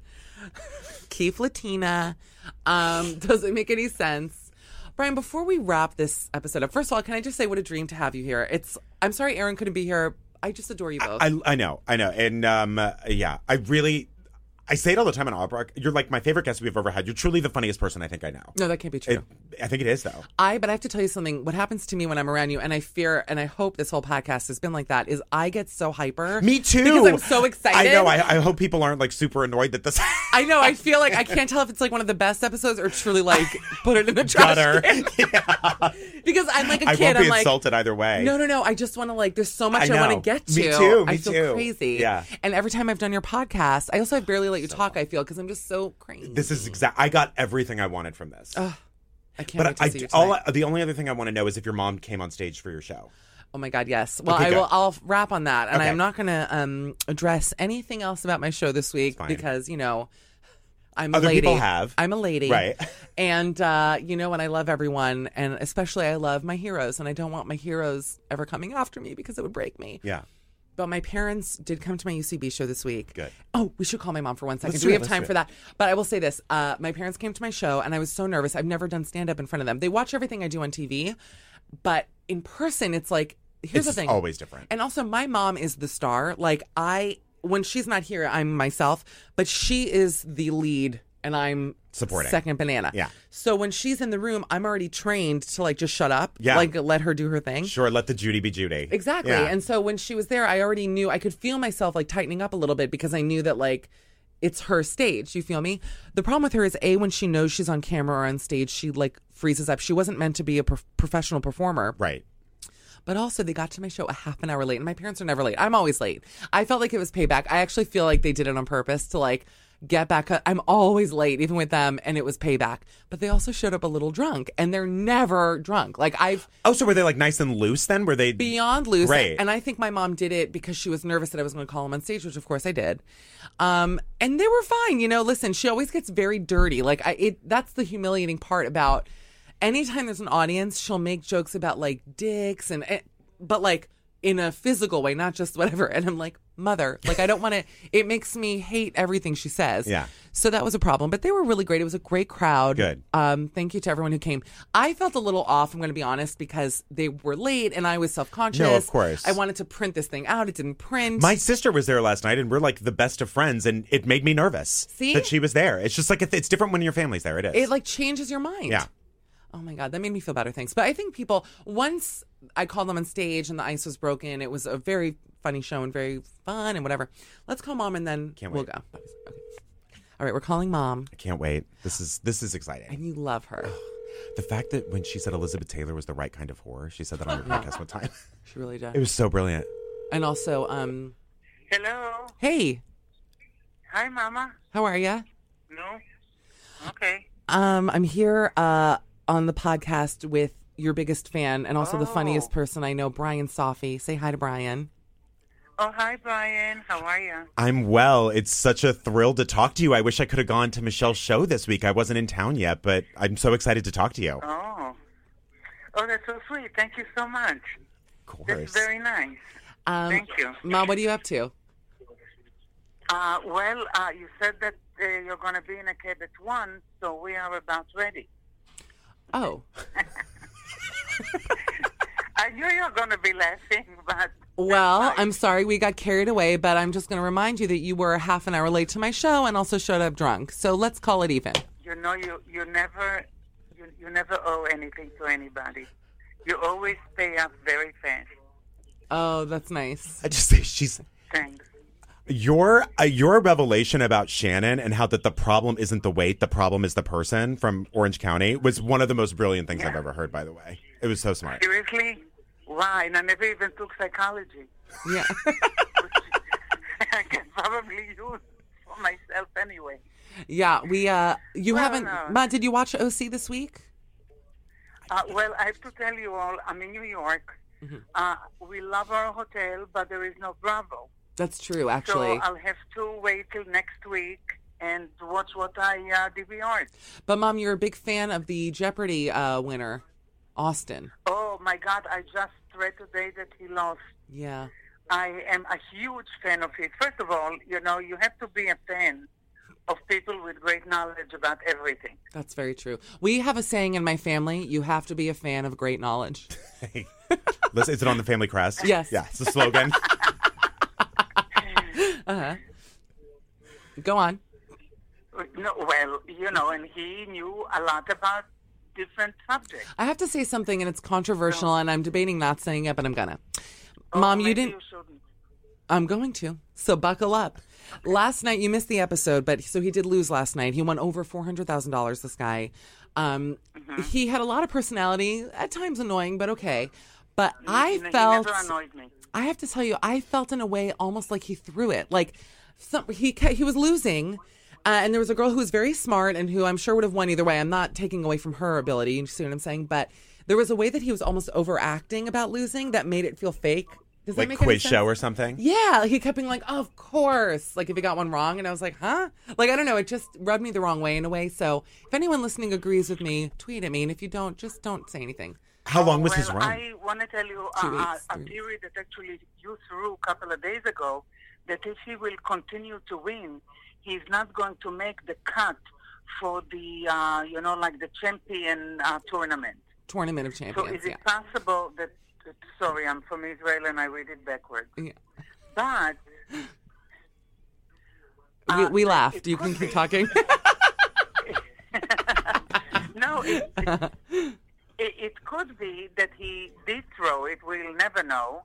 Keef Latina. Um, doesn't make any sense. Brian, before we wrap this episode up, first of all, can I just say what a dream to have you here? It's I'm sorry Aaron couldn't be here. I just adore you both.
I, I know, I know, and um, uh, yeah, I really, I say it all the time on Opera. You're like my favorite guest we've ever had. You're truly the funniest person I think I know.
no, that can't be true.
It, I think it is though.
I but I have to tell you something. What happens to me when I'm around you, and I fear, and I hope this whole podcast has been like that, is I get so hyper.
Me too.
Because I'm so excited.
I know. I, I hope people aren't like super annoyed that this
I know. I feel like I can't tell if it's like one of the best episodes or truly like put it in the trash
gutter.
can. because I'm like a
I
kid.
won't be
I'm like
insulted either way.
No, no, no. I just want to like. There's so much
I
I, want
know.
to get to.
Me too,
I
me
feel
too.
crazy.
Yeah.
And every time I've done your podcast, I also have barely let you talk. I feel because I'm just so crazy.
This is exact. I got everything I wanted from this.
I can't wait
but
to
I,
see you
all
tonight.
I- the only other thing I want to know is if your mom came on stage for your show.
Oh my God, yes. Well,
Okay,
I
good.
will. I'll wrap on that, and
Okay.
I'm not going to um, address anything else about my show this week
fine.
because you know. I'm a
Other
lady.
people have.
I'm a lady.
Right.
And uh, you know, and I love everyone, and especially I love my heroes, and I don't want my heroes ever coming after me because it would break me.
Yeah.
But my parents did come to my UCB show this week.
Good.
Oh, we should call my mom for one second.
Let's
do
do
we
it,
have
let's
time
do
for
it.
that? But I will say this: uh, my parents came to my show, and I was so nervous. I've never done stand up in front of them. They watch everything I do on TV, but in person, it's like here's
It's
the thing:
always different.
And also, my mom is the star. Like I, when she's not here, I'm myself, but she is the lead, and I'm
Supporting.
second banana.
Yeah.
So when she's in the room, I'm already trained to like just shut up.
Yeah.
Like let her do her thing.
Sure. Let the Judy be Judy.
Exactly.
Yeah.
And so when she was there, I already knew I could feel myself like tightening up a little bit because I knew that like it's her stage. You feel me? The problem with her is a when she knows she's on camera or on stage, she like freezes up. She wasn't meant to be a prof- professional performer.
right.
But also, they got to my show a half an hour late, and my parents are never late. I'm always late. I felt like it was payback. I actually feel like they did it on purpose to like get back. up. I'm always late, even with them, and it was payback. But they also showed up a little drunk, and they're never drunk. Like I've
Oh, so were they like nice and loose then? Were they
beyond loose.
Great.
And I think my mom did it because she was nervous that I was going to call him on stage, which of course I did. Um, and they were fine. You know, listen, she always gets very dirty. Like I, it, that's the humiliating part about anytime there's an audience, she'll make eh, jokes about like dicks and, and but like in a physical way, not just whatever. And I'm like, mother. Like I don't want to. It makes me hate everything she says.
Yeah.
So that was a problem, but they were really great. It was a great crowd.
Good.
Um, thank you to everyone who came. I felt a little off. I'm going to be honest because they were late and I was self conscious.
No, of course.
I wanted to print this thing out. It didn't print.
My sister was there last night, and we're like the best of friends, and it made me nervous
See?
that she was there. It's just like it's it's different when your family's there. It is.
It like changes your mind.
Yeah.
Oh my God, that made me feel better. Thanks. But I think people, once I called them on stage and the ice was broken, it was a very funny show and very fun and whatever. Let's call mom and then
Can't
we'll
wait.
go. Okay. All right, we're calling mom
I can't wait. This is this is exciting.
and you love her.
The fact that when she said Elizabeth Taylor was the right kind of horror, she said that on her podcast one time.
She really does.
It was so brilliant.
and also, um,
Hello.
hey,
Hi, Mama.
how are you?
No. Okay.
Um, I'm here uh, on the podcast with your biggest fan and also the funniest person I know, Brian Safi. Say hi to Brian.
Oh, hi, Brian. How are you?
I'm well. It's such a thrill to talk to you. I wish I could have gone to Michelle's show this week. I wasn't in town yet, but I'm so excited to talk to you. Of
Oh. Oh, that's so sweet. Thank you so much. That's
course.
very nice.
Um,
Thank you.
Ma, what are you up to?
Uh, well, uh, you said that uh, you're going to be in a cab at 1, so we are about ready.
Oh.
I knew you were going to be laughing, but.
Well,
Right.
I'm sorry we got carried away, but I'm just going to remind you that you were half an hour late to my show and also showed up drunk. So let's call it even.
You know, you, you never. You, you never owe anything to anybody. You always pay up very fast.
Oh, that's nice.
I just say she's
Thanks.
your uh, your revelation about Shannon and how that the problem isn't the weight, the problem is the person from Orange County was one of the most brilliant things I've ever heard. By the way, it was so smart.
Seriously? Wow, and I never even took psychology.
Yeah.
I can probably use for myself anyway.
yeah, we uh you
Well,
haven't
no.
Ma, did you watch OC this week?
Uh, well, I have to tell you all, I'm in New York. Uh, we love our hotel, but there is no Bravo.
That's true
So uh
actually.
I'll have to wait till next week and watch what I uh, DVR.
but mom, you're a big fan of the Jeopardy uh winner, Austin.
Oh my God, I just read today that he lost.
Yeah.
I am a huge fan of his. First of all, you know, you have to be a fan of people with great knowledge about everything.
That's very true. We have a saying in my family, you have to be a fan of great knowledge.
Listen, is it on the Family Crest?
Yes.
yeah, it's a slogan.
Go on.
No, well, you know, and he knew a lot about different subjects.
I have to say something and it's controversial and I'm debating not saying it, but I'm gonna. Mom, you
Maybe
didn't
Oh, You shouldn't.
I'm going to. So buckle up. Last night you missed the episode, but so he did lose last night. He won over four hundred thousand dollars. This guy, um,
Mm-hmm.
he had a lot of personality. At times annoying, but okay. But I
You know,
felt
He never annoyed me.
I have to tell you, I felt in a way almost like he threw it. Like some, he ca- he was losing, uh, and there was a girl who was very smart and who I'm sure would have won either way. I'm not taking away from her ability. You see what I'm saying? But there was a way that he was almost overacting about losing that made it feel fake. Does that
like
make
quiz
any sense?
show or something.
Yeah, like, he kept being like, "Of course!" Like if he got one wrong, and I was like, "Huh?" Like I don't know. It just rubbed me the wrong way in a way. So if anyone listening agrees with me, tweet at me, and if you don't, just don't say anything.
How long was
well,
his run?
I want to tell you uh,
Two
uh,
weeks,
a
three
theory that actually you threw a couple of days ago that if he will continue to win, he's not going to make the cut for the, uh, you know, like the champion uh, tournament.
Tournament of
So
Champions.
is
Yeah.
it possible that, that- sorry, I'm from Israel and I read it backwards.
Yeah.
But
we,
uh,
we laughed.
it
You can
could
keep
be.
talking.
no, it, it, it could be that he did throw it. We'll never know.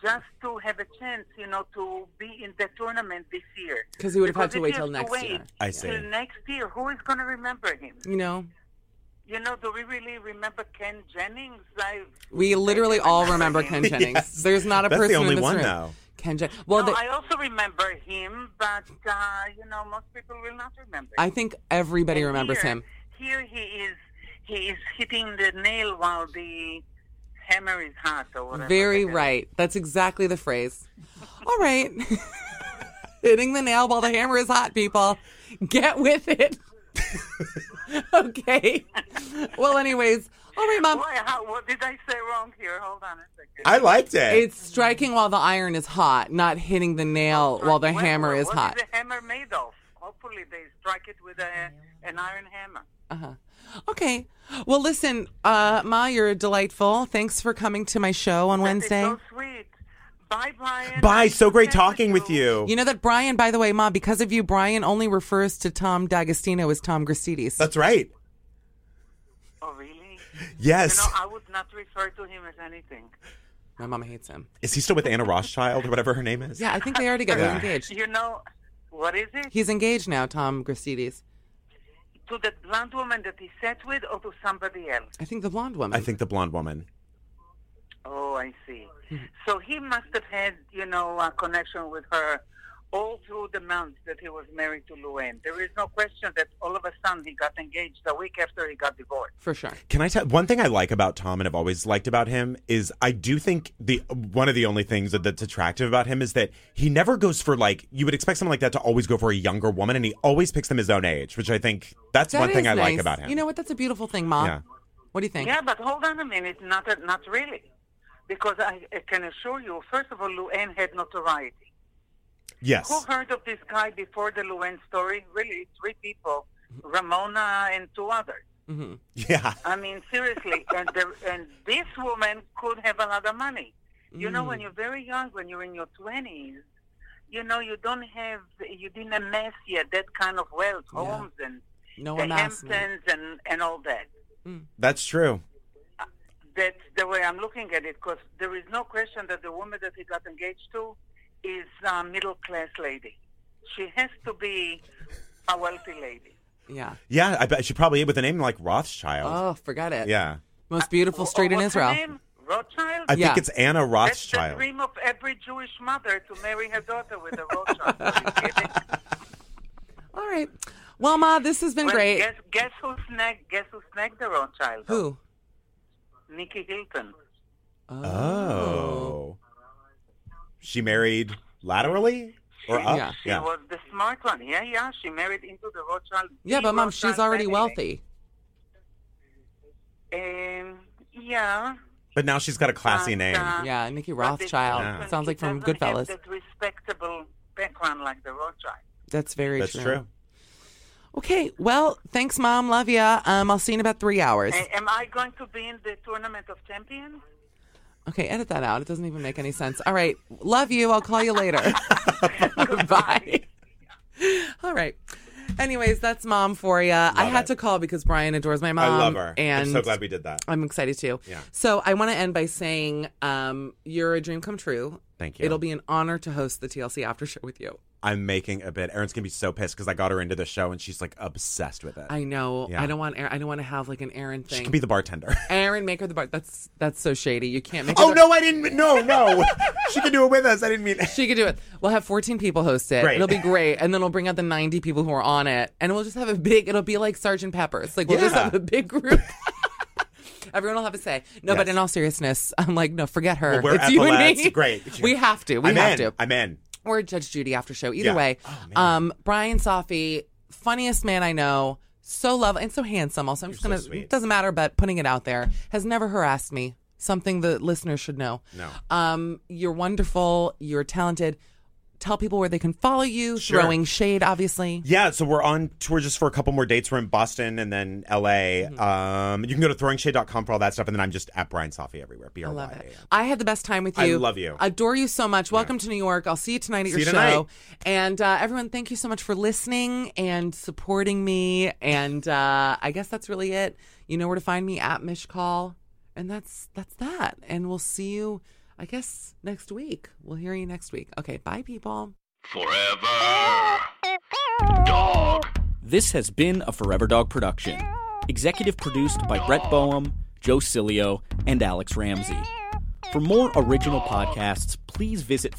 Just to have a chance, you know, to be in the tournament this year.
'Cause he would have had
Because
to
if
wait
he
till
has
next
to wait
year.
I see.
Till next year, who is going to remember him?
you know,
You know, do we really remember Ken Jennings? I,
we literally
I
all
remember
remember
him.
Ken Jennings.
Yes.
There's not a
That's the
person
only
in this
one,
room.
though.
Ken Jennings. Well,
no,
the-
I also remember him, but uh, you know, most people will not remember.
I think everybody
And
remembers
here-
him.
Here he is. He is hitting the nail while the hammer is hot, or whatever.
Very
the hell.
right. That's exactly the phrase. All right. Hitting the nail while the hammer is hot, people. Get with it. okay. Well, anyways, All right, Mom.
Boy, how, what did I say wrong here? Hold on a second.
I liked it.
It's striking while the iron is hot, not hitting the nail while the
Well,
hammer
well,
is hot.
What is the hammer made of? Hopefully, they strike it with a, an iron hammer.
Uh-huh. Okay. Well, listen, uh, Ma, you're delightful. Thanks for coming to my show on Wednesday.
It's so sweet. Bye, Brian.
Bye.
Nice
So
to
great
chat
talking with you.
You know that Brian, by the way, Ma, because of you, Brian only refers to Tom D'Agostino as Tom Gracides.
That's right.
Oh, really? You
Yes.
know, I would not refer to him as anything.
my mama hates him.
is he still with Anna Rothschild or whatever her name is?
Yeah, I think they already got
Yeah.
engaged.
You know, what is it?
He's engaged now, Tom Gracides.
to that blonde woman that he sat with or to somebody else?
I think the blonde woman.
I think the blonde woman.
Oh, I see. So he must have had, you know, a connection with her all through the months that he was married to Luann. There is no question that all of a sudden he got engaged a week after he got divorced.
for sure.
Can I tell one thing I like about Tom and I've always liked about him is I do think the one of the only things that, that's attractive about him is that he never goes for like you would expect someone like that to always go for a younger woman and he always picks them his own age, which I think that's
That
one thing
is
I like
nice.
about him.
You know what? That's a beautiful thing, Ma.
Yeah.
What do you think?
Yeah, but hold on a minute. Not, not really. Because I, I can assure you, first of all, Luann had notoriety.
yes.
Who heard of this guy before the Luann story? Really, three people Ramona and two others.
Yeah.
I mean, seriously, and the, and this woman could have a lot of money. You know,
Mm.
when you're very young, when you're in your twenties, you know, you don't have, you didn't amass yet that kind of wealth,
Yeah.
homes and
No
the
amassment.
Hamptons and and all that.
That's true.
That's the way I'm looking at it, because there is no question that the woman that he got engaged to is a middle class lady. She has to be a wealthy lady.
Yeah.
Yeah, I bet she probably with a name like Rothschild.
Oh, forget it.
yeah.
Most beautiful street in
Uh, What's her
Israel.
name? Rothschild.
I
Yeah.
think it's Anna
That's the
Rothschild.
dream of every Jewish mother to marry her daughter with a Rothschild. Are you kidding?
All right. Well, Ma, this has been
Well,
great.
Guess, guess who snagged? Guess who snagged the Rothschild?
Who?
Nikki Hilton.
Oh. She married laterally or up?
Yeah.
She was the smart one. Yeah, yeah. She married into the Rothschild.
Yeah,
the
but Mom,
Rothschild
she's already
family.
wealthy.
Um, yeah.
But now she's got a classy
but,
name.
uh,
Yeah, Nikki
but it's
Rothschild.
different.
Sounds like
She
from
doesn't
Goodfellas.
Have that respectable background like the Rothschild.
That's very
That's true.
Okay. Well, thanks, Mom. Love ya. Um, I'll see you in about three hours.
A- am I going to be in the tournament of champions?
Okay, edit that out. It doesn't even make any sense. All right. Love you. I'll call you later. Bye. All right. Anyways, that's mom for you. I
Love
had
it.
to call because Brian adores my mom.
I love her.
Um, And
I'm so glad we did that.
I'm excited too.
Yeah.
So I want to end by saying um, you're a dream come true.
Thank you.
It'll be an honor to host the TLC after show with you.
I'm making a bit. Erin's gonna be so pissed because I got her into the show and she's like obsessed with it.
I know.
Yeah.
I don't want. Aaron, I don't want to have like an Aaron thing.
she can be the bartender.
Aaron, make her the bar. That's that's so shady. You can't make. Her
oh
the-
no, I didn't. No, no, she can do it with us. I didn't mean.
She could do it. We'll have 14 people host it.
Great.
It'll be great. And then we'll bring out the 90 people who are on it. And we'll just have a big, it'll be like Sergeant Pepper's. Like, we'll just
Yeah.
have a big group. Everyone will have a say. No, but
Yes.
in all seriousness, I'm like, no, forget her.
Well, we're
it's
at
you
the
and
Lats.
me.
Great.
We have to. We
I'm
have
in.
to.
I'm in.
or Judge Judy after show. Either
Yeah.
way,
Oh, man.
um, Brian Safi, funniest man I know, so lovely and so handsome. Also, I'm just
You're
gonna
so sweet.
doesn't matter, but putting it out there has never harassed me. Something the listeners should know.
No.
um, you're wonderful. You're talented. Tell people where they can follow you.
Sure.
Throwing shade, obviously.
Yeah, so we're on tour just for a couple more dates. We're in Boston and then LA.
Mm-hmm.
Um, you can go to throwingshade.com for all that stuff. And then I'm just at Brian Safi everywhere. B R
I
Y
love
A.
it. I had the best time with
I
you.
love you.
Adore you so much. Welcome to New York. I'll see you tonight at
See
your
you
show.
tonight.
And uh, everyone, thank you so much for listening and supporting me. And uh, I guess that's really it. You know where to find me at Mish Call. And that's that's that. And we'll see you, I guess, next week. We'll hear you next week. Okay, bye, people.
Forever. Dog.
This has been a Forever Dog production. Executive produced by Brett Boehm, Joe Cilio, and Alex Ramsey. For more original podcasts, please visit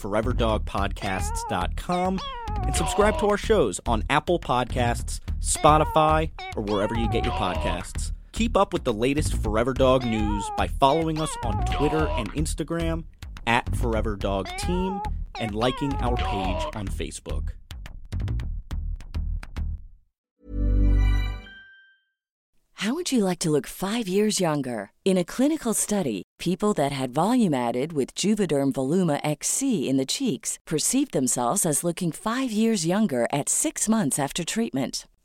foreverdogpodcasts.com and subscribe to our shows on Apple Podcasts, Spotify, or wherever you get your podcasts. Keep up with the latest Forever Dog news by following us on Twitter and Instagram at Forever Dog Team and liking our page on Facebook.
How would you like to look five years younger? In a clinical study, people that had volume added with Juvederm Voluma XC in the cheeks perceived themselves as looking five years younger at six months after treatment.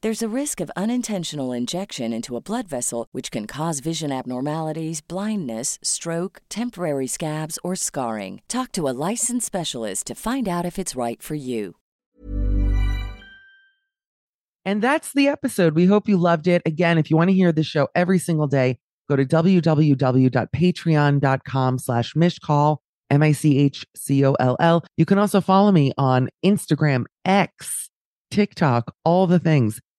There's a risk of unintentional injection into a blood vessel, which can cause vision abnormalities, blindness, stroke, temporary scabs, or scarring. Talk to a licensed specialist to find out if it's right for you.
And that's the episode. We hope you loved it. Again, if you want to hear this show every single day, go to www.patreon.com slash mishcall, M-I-C-H-C-O-L-L. You can also follow me on Instagram, X, TikTok, all the things.